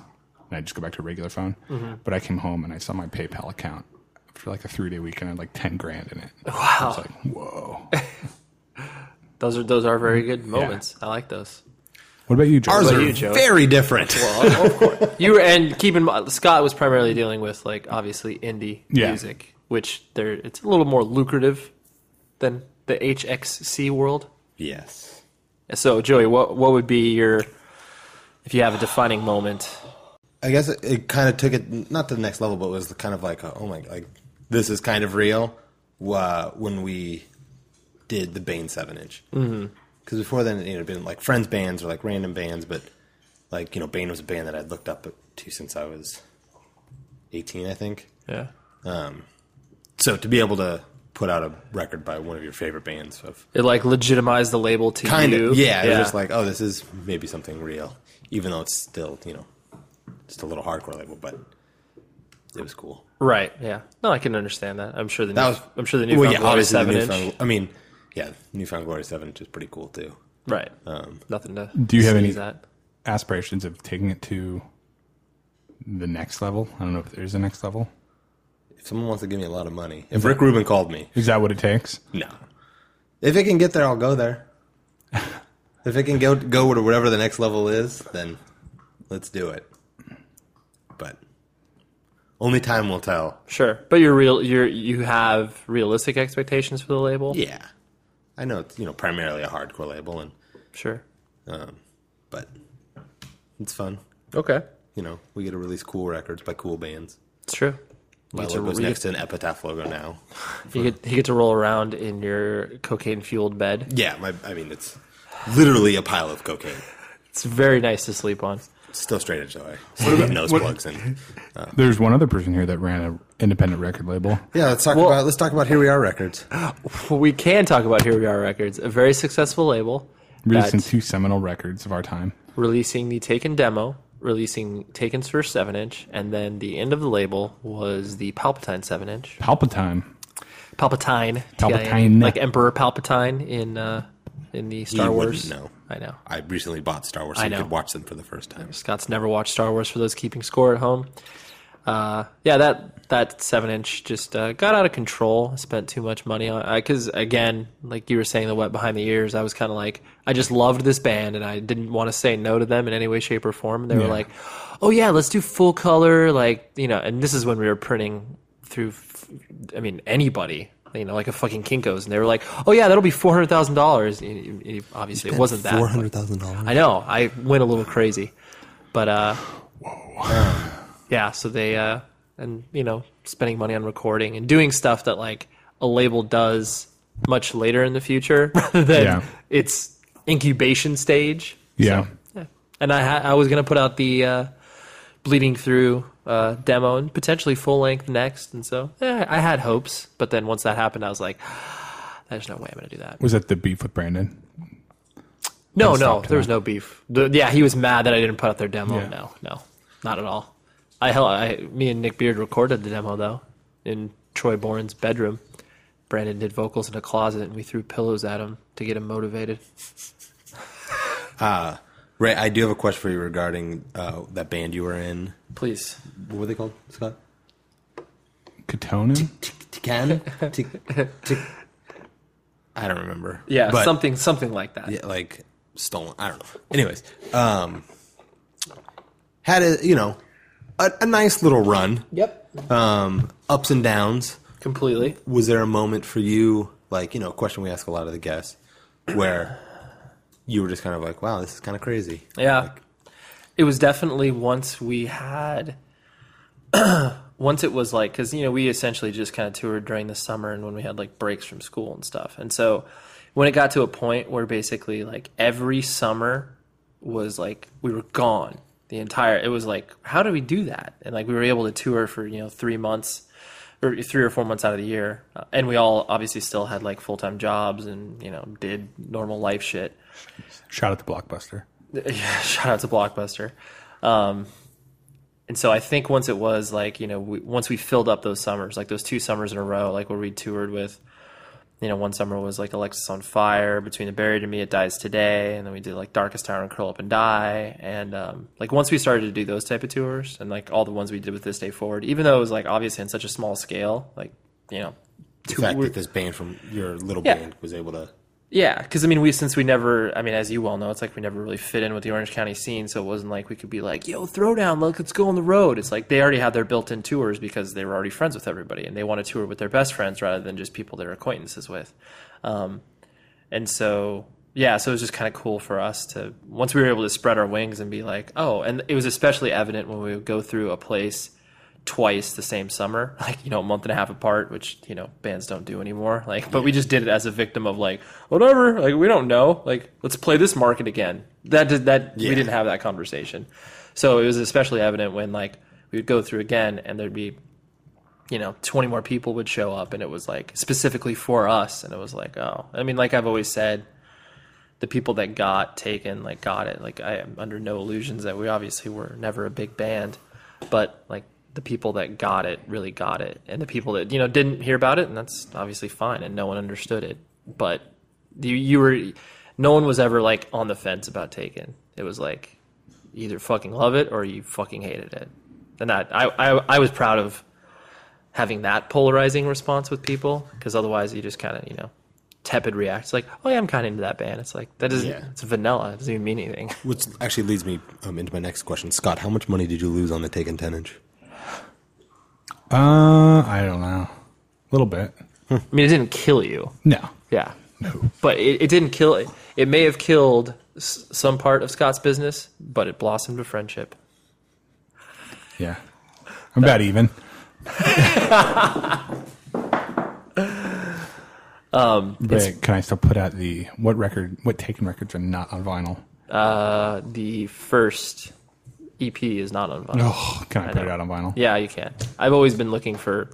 B: and I just go back to a regular phone.
C: Mm-hmm.
B: But I came home and I saw my PayPal account after like a three day weekend. I had like 10 grand in it. Wow. I was like, whoa.
C: those are those are very good moments. I like those.
B: What about you, Joe?
D: Ours
B: What about
D: are
B: you?
C: you, Joe?
D: very different.
C: You were, and keep in mind, Scott was primarily dealing with like obviously indie
B: Yeah.
C: music, which there it's a little more lucrative than the HXC world.
D: yes.
C: So, Joey, what what would be your if you have a defining moment?
D: I guess it, it kind of took it not to the next level, but was kind of like, a, oh my, like this is kind of real. Uh, when we did the Bane seven inch, because before then it had been like friends bands or like random bands, but like you know Bane was a band that I'd looked up to since I was eighteen, I think.
C: Yeah.
D: So to be able to put out a record by one of your favorite bands of
C: It like legitimized the label to
D: kind
C: you.
D: of yeah, it was just like oh this is maybe something real, even though it's still you know just a little hardcore label, but it was cool.
C: right. Yeah. No, I can understand that. I'm sure the new,
D: That was
C: I'm sure the new well,
D: obviously the
C: seven
D: Newfound-
C: inch.
D: I mean, yeah, Newfound Glory seven inch is pretty cool too.
C: Right.
D: um,
C: Nothing to.
B: Do you have
C: sneeze
B: any
C: at.
B: aspirations of taking it to the next level? I don't know if there's a next level.
D: If someone wants to give me a lot of money, if Rick Rubin called me,
B: Is that what it takes?
D: no. If it can get there, I'll go there. if it can go go to whatever the next level is, then let's do it. But only time will tell.
C: Sure, but you're real. You're you have realistic expectations for the label.
D: Yeah, I know it's you know primarily a hardcore label, and
C: Sure.
D: um, but it's fun.
C: Okay.
D: You know, we get to release cool records by cool bands.
C: It's true.
D: My
C: get to
D: logo's
C: re-
D: next to an Epitaph logo now.
C: You get, you get to roll around in your cocaine fueled bed.
D: Yeah, my, I mean, it's literally a pile of cocaine.
C: It's very nice to sleep on.
D: Still straight edge, though. What about nose plugs? And,
B: There's one other person here that ran an independent record label.
D: yeah, let's talk about let's talk about Here We Are Records.
C: Well, we can talk about Here We Are Records, a very successful label
B: Releasing
C: that's
B: two seminal records of our time.
C: releasing the Taken demo, releasing Taken's first 7 inch, and then the end of the label was the Palpatine 7 inch.
B: Palpatine.
C: Palpatine.
B: Palpatine.
C: T-I-N, Like Emperor Palpatine in, uh, in the Star
D: You wouldn't
C: Wars.
D: know.
C: I know.
D: I recently bought Star Wars, so
C: I
D: I,
C: know.
D: could watch them for the first time.
C: Scott's never watched Star Wars for those keeping score at home. Uh, yeah, that that seven inch just uh, got out of control. Spent too much money on because again, like you were saying, the wet behind the ears. I was kind of like, I just loved this band and I didn't want to say no to them in any way, shape, or form. And they were like, Oh yeah, let's do full color, like you know. And this is when we were printing through, f- I mean, anybody. You know, like a fucking Kinkos, and they were like, "Oh yeah, that'll be four hundred thousand dollars." Obviously, it wasn't that.
D: Four
C: but-
D: hundred thousand dollars.
C: I know. I went a little crazy, but uh, um, yeah. So they uh, and you know, spending money on recording and doing stuff that like a label does much later in the future rather than
B: Yeah.
C: its incubation stage.
B: Yeah.
C: And I ha- I was gonna put out the uh, bleeding through uh, demo and potentially full length next, and so yeah, I had hopes, but then once that happened, I was like. "Ah, There's no way I'm gonna do that.
B: Was that the beef with Brandon? Don't
C: No, no,
B: stop
C: there was no beef. The, yeah, he was mad that I didn't put out their demo.
B: Yeah.
C: No, no, not at all. I hell, I me and Nick Beard recorded the demo though in Troy Bourne's bedroom. Brandon did vocals in a closet, and we threw pillows at him to get him motivated.
D: Ray, I do have a question for you regarding uh, that band you were in.
C: Please,
D: What were they called, Scott?
B: Katonin?
D: Tican? I don't remember.
C: yeah,
D: But-
C: something, something like that.
D: yeah, like stolen. I don't know. Anyways, um, had a you know a, a nice little run,
C: Yep,
D: um, ups and downs.
C: completely.
D: Was there a moment for you, like you know, a question we ask a lot of the guests, where you were just kind of like, "Wow, this is kind of crazy."
C: Yeah. it was definitely once we had once it was like cuz you know we essentially just kind of toured during the summer and when we had like breaks from school and stuff. And so when it got to a point where basically like every summer was like we were gone the entire it was like how do we do that? And like we were able to tour for, you know, 3 months or 3 or 4 months out of the year. Uh, and we all obviously still had like full-time jobs and, you know, did normal life shit.
B: Shout out to Blockbuster.
C: Yeah, shout out to Blockbuster. Um, and so I think once it was like, you know, we, once we filled up those summers, like those two summers in a row, like where we toured with, you know, one summer was like Alexis on Fire, Between the Buried and Me, It Dies Today. And then we did like Darkest Hour and Curl Up and Die. And um, like once we started to do those type of tours and like all the ones we did with This Day Forward, even though it was like obviously on such a small scale, like, you know,
D: The fact that this band from your little
C: Yeah.
D: band was able to
C: yeah, because I mean, we since we never, I mean, as you well know, it's like we never really fit in with the Orange County scene, so it wasn't like we could be like, "Yo, throwdown, look, let's go on the road." It's like they already had their built-in tours because they were already friends with everybody, and they want to tour with their best friends rather than just people they're acquaintances with. Um, and so, yeah, so it was just kind of cool for us to once we were able to spread our wings and be like, "Oh," and it was especially evident when we would go through a place twice the same summer, like, you know, a month and a half apart, which, you know, bands don't do anymore. Like, but we just did it as a victim of like, whatever, like, we don't know. Like, let's play this market again. That did that, we
D: Yeah.
C: didn't have that conversation. So it was especially evident when like we would go through again and there'd be, you know, 20 more people would show up and it was like specifically for us. And it was like, oh, I mean, like I've always said, the people that got taken like got it like i am under no illusions that we obviously were never a big band but like the people that got it really got it and the people that you know didn't hear about it and that's obviously fine and no one understood it but you, you were no one was ever like on the fence about taken it was like you either fucking love it or you fucking hated it and that i i, I was proud of having that polarizing response with people because otherwise you just kind of you know tepid reacts like oh yeah i'm kind of into that band it's like that isn't
D: Yeah.
C: it's vanilla it doesn't even mean anything
D: Which actually leads me um, into my next question, Scott. How much money did you lose on the Taken ten inch?
B: Uh, I don't know. A little bit.
C: i mean it didn't kill you
B: No.
C: yeah but it, it didn't kill it, it may have killed s- some part of scott's business but it blossomed a friendship
B: Yeah. I'm about even. Um, But can I still put out the what record? What taken records are not on vinyl?
C: Uh, the first EP is not on vinyl.
B: Oh, can I, put it
C: know.
B: out on vinyl?
C: Yeah, you can. I've always been looking for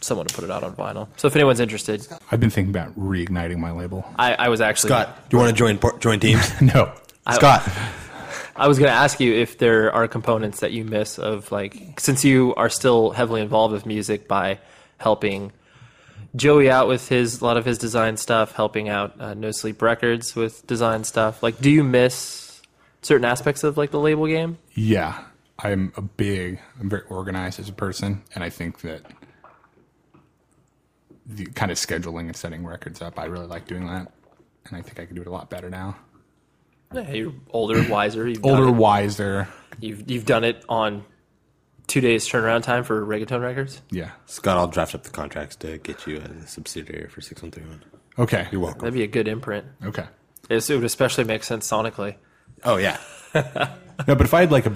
C: someone to put it out on vinyl. So if anyone's interested,
B: I've been thinking about reigniting my label.
C: I, I was actually
D: Scott, do you want to join par- join teams?
B: No,
D: Scott,
C: I was going to ask you if there are components that you miss of like since you are still heavily involved with music by helping Joey out with his a lot of his design stuff, helping out uh, No Sleep Records with design stuff. Like, do you miss certain aspects of like the label game?
B: yeah, I'm a big, I'm very organized as a person, and I think that the kind of scheduling and setting records up, I really like doing that, and I think I could do it a lot better now.
C: Yeah, you're older, wiser, you've
B: Older,
C: Done it.
B: wiser,
C: You've you've done it on two days turnaround time for reggaeton records.
B: yeah.
D: Scott, I'll draft up the contracts to get you a subsidiary for six one three one.
B: Okay,
D: You're welcome.
C: That'd be a good imprint.
B: okay.
C: It's- It would especially make sense sonically.
D: Oh yeah,
B: No, but if I had like a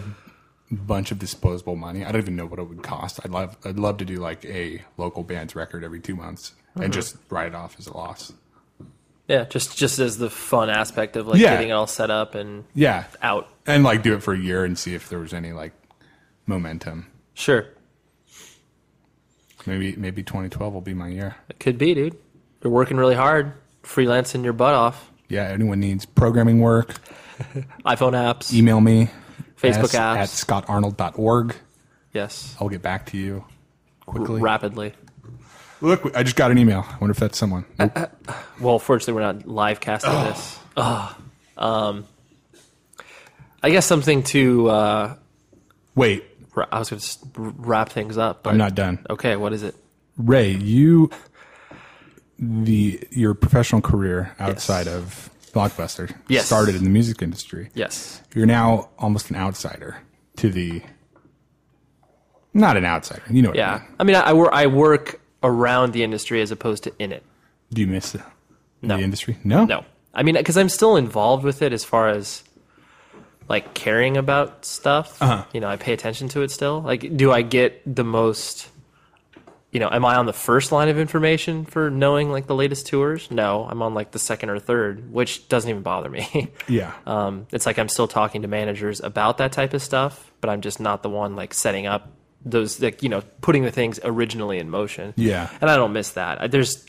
B: bunch of disposable money, I don't even know what it would cost. I'd love, I'd love to do like a local band's record every two months and just write it off as a loss.
C: Yeah, just just as the fun aspect of like
B: Yeah.
C: getting it all set up and
B: Yeah,
C: out.
B: and like do it for a year and see if there was any like momentum.
C: Sure,
B: Maybe maybe 2012 will be my year.
C: it could be, dude. You're working really hard, freelancing your butt off.
B: Yeah, anyone needs programming work,
C: iPhone apps,
B: email me.
C: Facebook apps.
B: at scottarnold.org.
C: yes,
B: I'll get back to you quickly.
C: rapidly.
B: Look, I just got an email. I wonder if that's someone.
C: Uh,
B: Nope.
C: Well, fortunately, we're not live casting this. Ugh. Um, I guess something to. Uh,
B: Wait,
C: ra- I was going to wrap things up, but
B: I'm not done.
C: okay. What is it?
B: Ray, you the your professional career outside of Blockbuster
C: Yes.
B: started in the music industry.
C: Yes,
B: You're now almost an outsider to the not an outsider. You know what I
C: yeah.
B: mean.
C: I mean, I, I work. I work around the industry as opposed to in it.
B: Do you miss the,
C: No.
B: the industry? No.
C: No. I mean, because I'm still involved with it as far as like caring about stuff. You know, I pay attention to it still. Like, do I get the most, you know, am I on the first line of information for knowing like the latest tours? No, I'm on like the second or third, which doesn't even bother me.
B: Yeah.
C: um, it's like I'm still talking to managers about that type of stuff, but I'm just not the one like setting up those, like, you know, putting the things originally in motion
B: yeah.
C: and I don't miss that. I- There's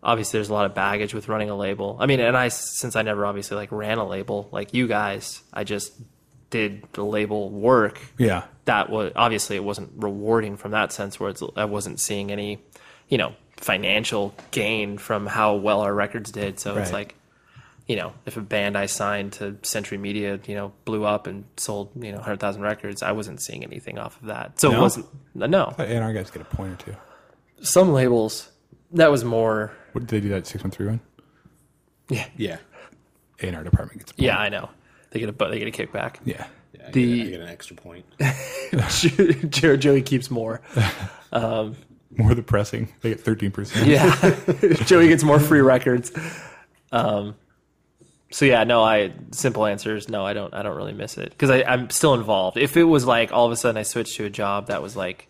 C: obviously there's a lot of baggage with running a label. I mean, and I since I never obviously like ran a label like you guys, I just did the label work.
B: Yeah.
C: That was obviously it wasn't rewarding from that sense where it's, I wasn't seeing any, you know, financial gain from how well our records did. So it's
B: Right.
C: like, you know, if a band I signed to Century Media, you know, blew up and sold, you know, 100,000 records, I wasn't seeing anything off of that. So it
B: No?
C: wasn't, no.
B: But AR guys get a point or two.
C: Some labels, that was more
B: What did they do that six one three one?
D: yeah,
B: AR department gets a point.
C: Yeah, I know. They get a but they get a kickback.
B: Yeah.
D: yeah I,
C: The-
D: get, I get an extra point.
C: Joe Joey keeps more.
B: More the pressing. They get thirteen percent.
C: Yeah, Joey gets more free records. Um, so yeah, no. I simple answer is no. I don't. I don't really miss it because I'm still involved. If it was like all of a sudden I switched to a job that was like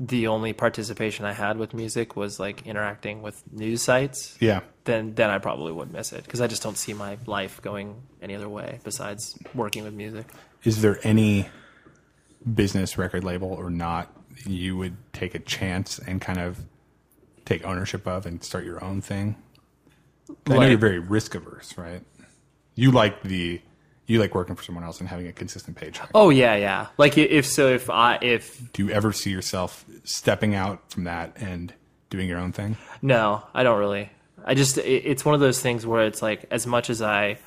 C: the only participation I had with music was like interacting with news sites,
B: Yeah.
C: then then I probably would miss it because I just don't see my life going any other way besides working with music.
B: Is there any business record label or not that you would take a chance and kind of take ownership of and start your own thing? I know
C: Like-
B: you're very risk averse, right? You like the you like working for someone else and having a consistent paycheck.
C: Oh yeah, yeah. Like i- if so, if I if
B: Do you ever see yourself stepping out from that and doing your own thing?
C: No, I don't really. I just it, it's one of those things where it's like as much as I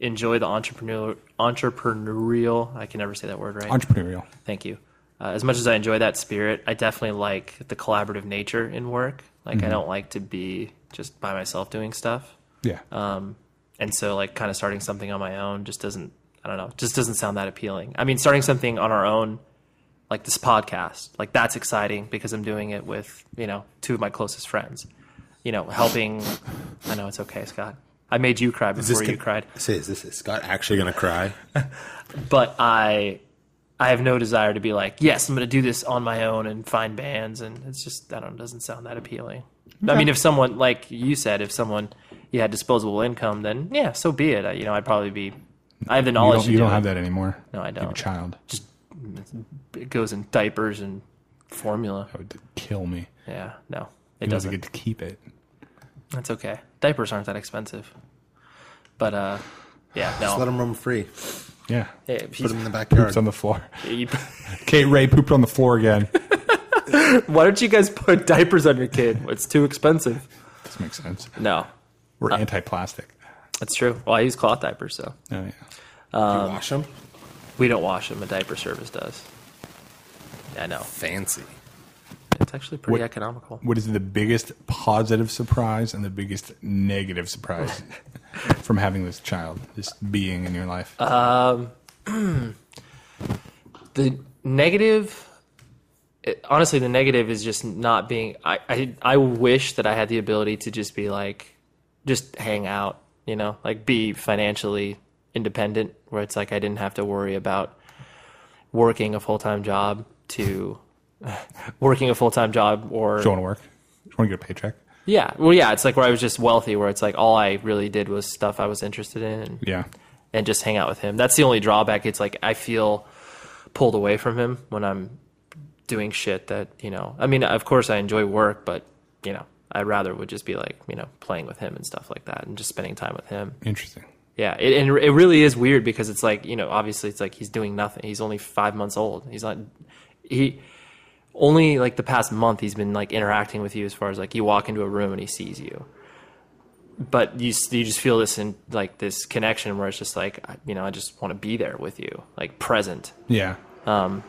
C: enjoy the entrepreneurial entrepreneurial I can never say that word right.
B: Entrepreneurial.
C: Thank you. Uh, as much as I enjoy that spirit, I definitely like the collaborative nature in work. Like I don't like to be just by myself doing stuff.
B: Yeah.
C: Um, and so like kind of starting something on my own just doesn't I don't know, just doesn't sound that appealing. I mean, starting something on our own like this podcast, like that's exciting because I'm doing it with, you know, two of my closest friends. You know, helping I know it's okay, Scott. I made you cry before you
D: gonna-
C: cried.
D: Say, is this is Scott actually going to cry?
C: But I I have no desire to be like, yes, I'm going to do this on my own and find bands, and it's just I don't know, doesn't sound that appealing. I mean, if someone like you said, if someone you had disposable income, then yeah, so be it. I, you know, I'd probably be. I have the
B: You
C: knowledge.
B: don't,
C: to
B: you
C: do
B: don't
C: it.
B: have that anymore.
C: No, I
B: You're a
C: don't.
B: child.
C: Just it goes in diapers and formula.
B: That would kill me.
C: Yeah, no,
B: He
C: it
B: doesn't
C: doesn't.
B: get to keep it.
C: That's okay. Diapers aren't that expensive. But uh, yeah,
D: Just let
C: no.
D: him roam free.
B: Yeah.
C: Yeah,
D: Put him in the backyard.
B: Poops on the floor.
C: you-
B: Kate Ray pooped on the floor again.
C: Why don't you guys put diapers on your kid? It's too expensive.
B: This makes sense.
C: No, Uh,
B: We're anti-plastic.
C: that's true. Well, I use cloth diapers, so
B: Oh yeah.
D: you wash him.
C: we don't wash them. A diaper service does. Yeah, I know.
D: Fancy.
C: It's actually pretty
B: What-
C: economical.
B: What is the biggest positive surprise and the biggest negative surprise from having this child, this being in your life?
C: Uh, the negative it- honestly the negative is just not being I, I i wish that i had the ability to just be like just hang out you know like be financially independent where it's like i didn't have to worry about working a full-time job to working a full-time job or
B: Do you want to work? Do you want to get a paycheck?
C: yeah well yeah it's like where i was just wealthy where it's like all i really did was stuff i was interested in and
B: Yeah.
C: and just hang out with him. That's the only drawback. It's like I feel pulled away from him when I'm doing shit that, you know, I mean, of course I enjoy work, but, you know, I rather would just be like, you know, playing with him and stuff like that and just spending time with him.
B: Interesting.
C: Yeah. It, and it really is weird because it's like, you know, obviously it's like he's doing nothing. He's only five months old. He's not, he, only like the past month he's been like interacting with you as far as like you walk into a room and he sees you but you s- you just feel this in like this connection where it's just like I- you know I just want to be there with you like present
B: Yeah. Um.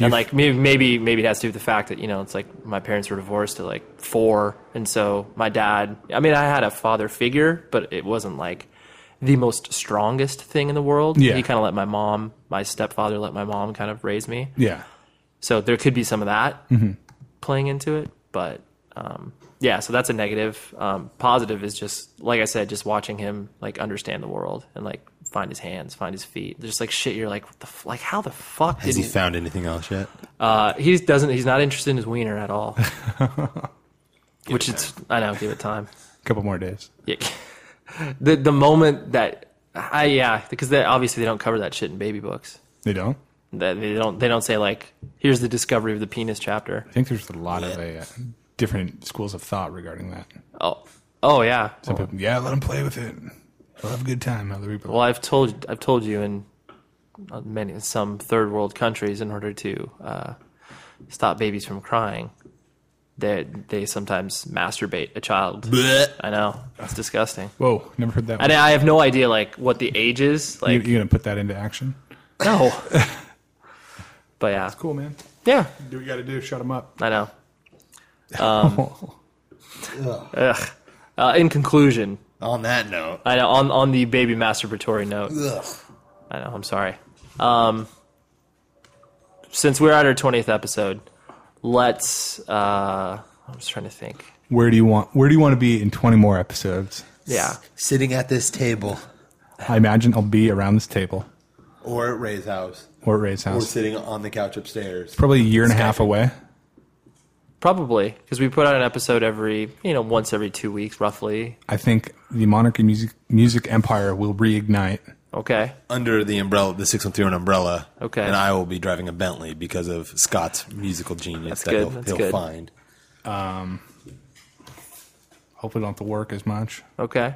C: and like maybe maybe maybe it has to do with the fact that you know it's like my parents were divorced at like four and so my dad I mean I had a father figure but it wasn't like the most strongest thing in the world
B: Yeah.
C: he kind of let my mom my stepfather let my mom kind of raise me
B: yeah.
C: so there could be some of that
D: Mm-hmm.
C: playing into it, but um, yeah, so that's a negative. Um, positive is just like I said, just watching him like understand the world and like find his hands, find his feet. There's like shit. You're like, what the f- like how the fuck did
D: Has he
C: he?
D: found anything else yet?
C: Uh, he doesn't. He's not interested in his wiener at all. Which it's I know. Give it time.
B: A couple more days.
C: Yeah. the the moment that I yeah because they, obviously they don't cover that shit in baby books.
B: They don't.
C: That they don't they don't say like here's the discovery of the penis chapter.
B: I think there's a lot of a, uh, different schools of thought regarding that.
C: Oh oh yeah.
B: Some people, yeah, let him play with it. He'll have a good time. Other people,
C: Well, I've told I've told you in uh, many some third world countries, in order to uh, stop babies from crying, they they sometimes masturbate a child. I know it's disgusting.
B: whoa, never heard that.
C: And
B: One.
C: I have no idea like what the age is.
B: You,
C: Like
B: you gonna put that into action?
C: no, but yeah,
B: Cool, man.
C: yeah,
B: Do what you got to do. Shut him up.
C: I know. Ugh. Uh, in conclusion,
D: On that note,
C: I know on on the baby masturbatory note.
D: ugh.
C: I know. I'm sorry. Um, since we're at our 20th episode, let's. Uh, I'm just trying to think.
B: Where do you want? Where do you want to be in 20 more episodes?
C: Yeah.
D: sitting at this table
B: I imagine I'll be around this table
D: or at Ray's house
B: or at Ray's
D: or
B: house.
D: sitting on the couch upstairs.
B: Probably a year and a half away.
C: Probably because we put out an episode every, you know, once every two weeks, roughly.
B: I think the monarchy music music empire will reignite.
C: Okay.
D: under the umbrella, the 613 umbrella.
C: Okay.
D: And I will be driving a Bentley because of Scott's musical
C: That's
D: genius that
C: good,
D: he'll,
C: that's
D: he'll
C: good.
D: find.
B: Hopefully, don't have to work as much.
C: Okay.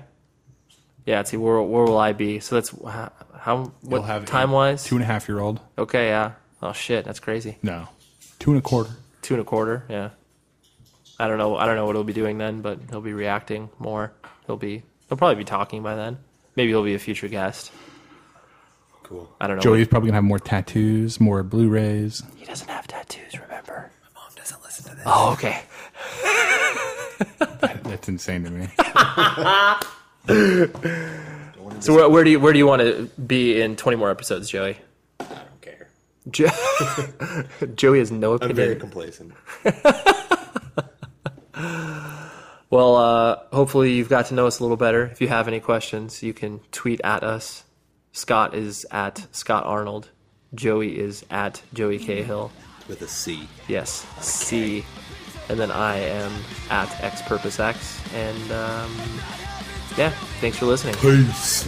C: Yeah. Let's see. Where, where will I be? So that's how, how
B: You'll
C: what
B: have a
C: time wise?
B: two and a half year old.
C: okay. Yeah. Oh, shit. That's crazy.
B: No, two and a quarter.
C: Two and a quarter. Yeah. I don't know. I don't know what he'll be doing then, but he'll be reacting more. He'll be, he'll probably be talking by then. Maybe he'll be a future guest.
D: Cool.
C: I don't know.
B: Joey's probably gonna have more tattoos, more Blu-rays.
C: He doesn't have tattoos, remember?
D: Mom doesn't listen to this.
C: Oh, okay.
B: That's insane to me.
C: So where, where do you where do you want to be in 20 more episodes, Joey?
D: I don't care.
C: Jo- Joey has no
D: I'm
C: opinion.
D: very complacent.
C: Well, uh, hopefully you've got to know us a little better. If you have any questions, you can tweet at us. Scott is at Scott Arnold. Joey is at Joey Cahill.
D: with a C.
C: Yes, C. And then I am at X Purpose X. And um, yeah, thanks for listening.
B: Peace.